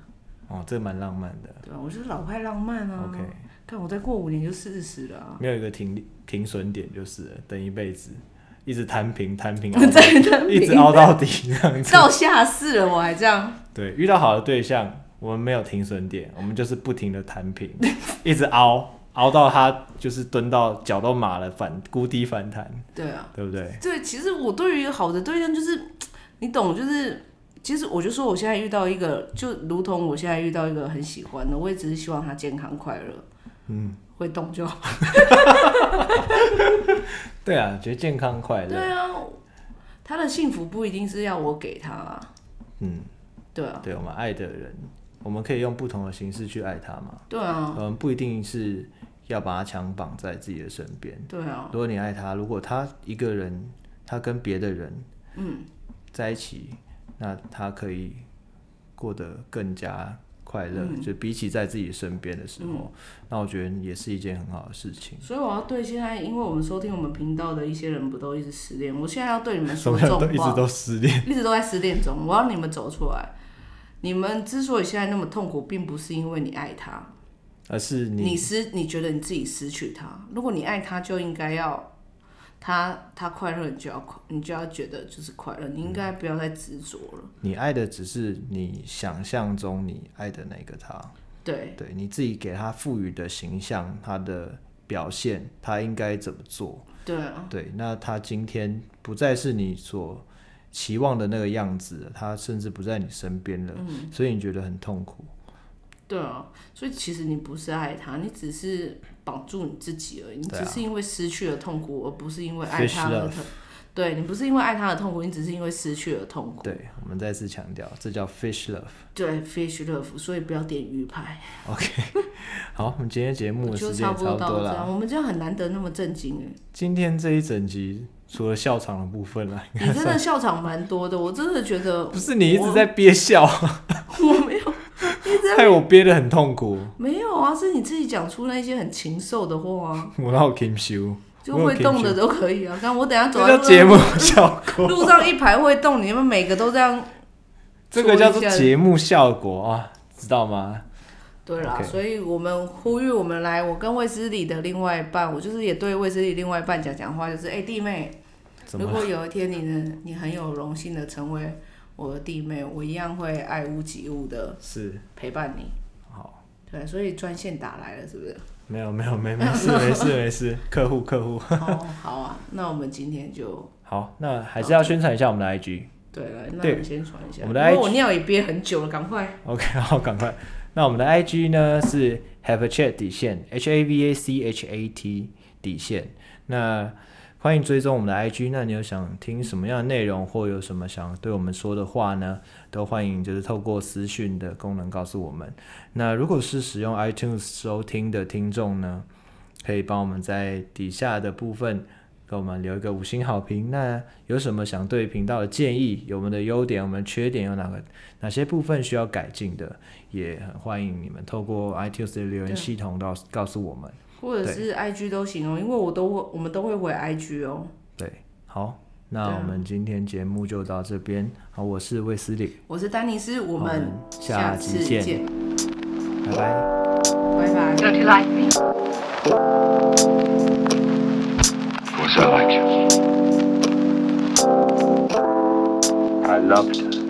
Speaker 2: 哦，这蛮浪漫的。
Speaker 1: 对吧？我就是老派浪漫啊。
Speaker 2: OK，
Speaker 1: 看我再过五年就四十了啊。
Speaker 2: 没有一个停停损点就是了等一辈子，一直摊平摊 平，
Speaker 1: 我在那
Speaker 2: 一直
Speaker 1: 里
Speaker 2: 凹到底这样子。
Speaker 1: 到下世了，我还这样。
Speaker 2: 对， 遇到好的对象，我们没有停损点，我们就是不停的弹平，一直凹，熬到他就是蹲到脚都麻了，反谷底反弹，
Speaker 1: 对啊，
Speaker 2: 对不对？
Speaker 1: 对，其实我对于好的对象就是，你懂，就是其实我就说我现在遇到一个，就如同我现在遇到一个很喜欢的，我也只是希望他健康快乐，嗯，会动就好。
Speaker 2: 对啊，觉得健康快乐，
Speaker 1: 对啊，他的幸福不一定是要我给他、啊，
Speaker 2: 嗯，
Speaker 1: 对啊，
Speaker 2: 对我们爱的人，我们可以用不同的形式去爱他嘛，
Speaker 1: 对啊，
Speaker 2: 嗯，不一定是要把他强绑在自己的身边。
Speaker 1: 对啊，
Speaker 2: 如果你爱他，如果他一个人，他跟别的人，嗯，在一起，那他可以过得更加快乐，
Speaker 1: 嗯
Speaker 2: 就比起在自己身边的时候，那我觉得也是一件很好的事情。
Speaker 1: 所以我要对现在，因为我们收听我们频道的一些人不都一直失恋，我现在要对你们
Speaker 2: 什
Speaker 1: 说
Speaker 2: 么人
Speaker 1: 重
Speaker 2: 都一直
Speaker 1: 话，
Speaker 2: 都失恋，
Speaker 1: 一直都在失恋中，我要你们走出来。你们之所以现在那么痛苦，并不是因为你爱他，
Speaker 2: 而是
Speaker 1: 你
Speaker 2: 你
Speaker 1: 失你觉得你自己失去他，如果你爱他，就应该要他他快乐，你就要快你就要觉得就是快乐，你应该不要再执着了。
Speaker 2: 你爱的只是你想象中你爱的那个他，
Speaker 1: 对
Speaker 2: 对你自己给他赋予的形象，他的表现，他应该怎么做，
Speaker 1: 对啊，
Speaker 2: 对，那他今天不再是你所期望的那个样子了，他甚至不在你身边了，
Speaker 1: 嗯
Speaker 2: 所以你觉得很痛苦。
Speaker 1: 对啊，所以其实你不是爱他，你只是绑住你自己而已，你
Speaker 2: 对
Speaker 1: 只
Speaker 2: 啊
Speaker 1: 是因为失去了痛苦，而不是因为爱
Speaker 2: Fish
Speaker 1: 他而
Speaker 2: love
Speaker 1: 痛。对你不是因为爱他而痛苦，你只是因为失去而痛苦。
Speaker 2: 对，我们再次强调，这叫 fish love。
Speaker 1: 对，fish love，所以不要点鱼排。
Speaker 2: 好，我们今天节目
Speaker 1: 我
Speaker 2: 的
Speaker 1: 就
Speaker 2: 时间
Speaker 1: 差
Speaker 2: 也
Speaker 1: 不
Speaker 2: 差不
Speaker 1: 到
Speaker 2: 多
Speaker 1: 这
Speaker 2: 啦。
Speaker 1: 样，我们这样很难得那么震惊哎。
Speaker 2: 今天这一整集除了笑场的部分啦，应
Speaker 1: 你
Speaker 2: 该
Speaker 1: 真的笑场蛮多的，我真的觉得
Speaker 2: 不是你一直在憋 笑，
Speaker 1: 我没有，一直
Speaker 2: 害
Speaker 1: 在
Speaker 2: 我憋得很痛苦。
Speaker 1: 没有啊，是你自己讲出那些很禽兽的话 啊，
Speaker 2: 我闹 Kim 修，
Speaker 1: 就
Speaker 2: 我有
Speaker 1: 会
Speaker 2: 听
Speaker 1: 动的
Speaker 2: 说
Speaker 1: 都可以啊。看我等一下走
Speaker 2: 这
Speaker 1: 在
Speaker 2: 叫
Speaker 1: 路
Speaker 2: 节
Speaker 1: 上
Speaker 2: 目效 果，
Speaker 1: 路上一排会动，你们每个都这样。
Speaker 2: 这个叫
Speaker 1: 戳
Speaker 2: 做
Speaker 1: 一下
Speaker 2: 节目效果啊，知道吗？
Speaker 1: 对啦
Speaker 2: OK
Speaker 1: 所以我们呼吁我们来，我跟卫斯理的另外一半，我就是也对卫斯理另外一半讲讲话，就是哎、弟妹，
Speaker 2: 怎
Speaker 1: 如
Speaker 2: 么
Speaker 1: 果有一天你能，你很有荣幸的成为我的弟妹，我一样会爱屋及乌的
Speaker 2: 是
Speaker 1: 陪伴你。
Speaker 2: 好？
Speaker 1: 对，所以专线打来了，是不 是？
Speaker 2: 没有没有没没事没事没事，客户客户。
Speaker 1: 哦，好啊，那我们今天就
Speaker 2: 好，那还是要宣传一下我们的 IG。
Speaker 1: 对了，那
Speaker 2: 对
Speaker 1: 你先传一下。
Speaker 2: 我们的
Speaker 1: 因为
Speaker 2: IG
Speaker 1: 我尿也憋很久了，赶快。
Speaker 2: OK，好， 赶快。那我们的 IG 呢是 Have a Chat 底线，H A V A C H A T 底线。那欢迎追踪我们的 IG。那你有想听什么样的内容，或有什么想对我们说的话呢？都欢迎就是透过私讯的功能告诉我们。那如果是使用 iTunes 收听的听众呢，可以帮我们在底下的部分给我们留一个五星好评。那有什么想对频道的建议，有我们的优点，我们的缺点有哪个哪些部分需要改进的，也很欢迎你们透过 iTunes 的留
Speaker 1: 对
Speaker 2: 言系统告告诉我们。
Speaker 1: 或者是 IG 都行哦，因为我都会，我们都会回 IG 哦。
Speaker 2: 对，好，那
Speaker 1: 对啊
Speaker 2: 我们今天节目就到这边。好，我是卫斯理，
Speaker 1: 我是丹尼斯，我
Speaker 2: 好我
Speaker 1: 们
Speaker 2: 们
Speaker 1: 下
Speaker 2: 下
Speaker 1: 次
Speaker 2: 集见
Speaker 1: 见，
Speaker 2: 拜拜。
Speaker 1: 拜拜。
Speaker 4: Don't you like me? Of course I like you. I loved her.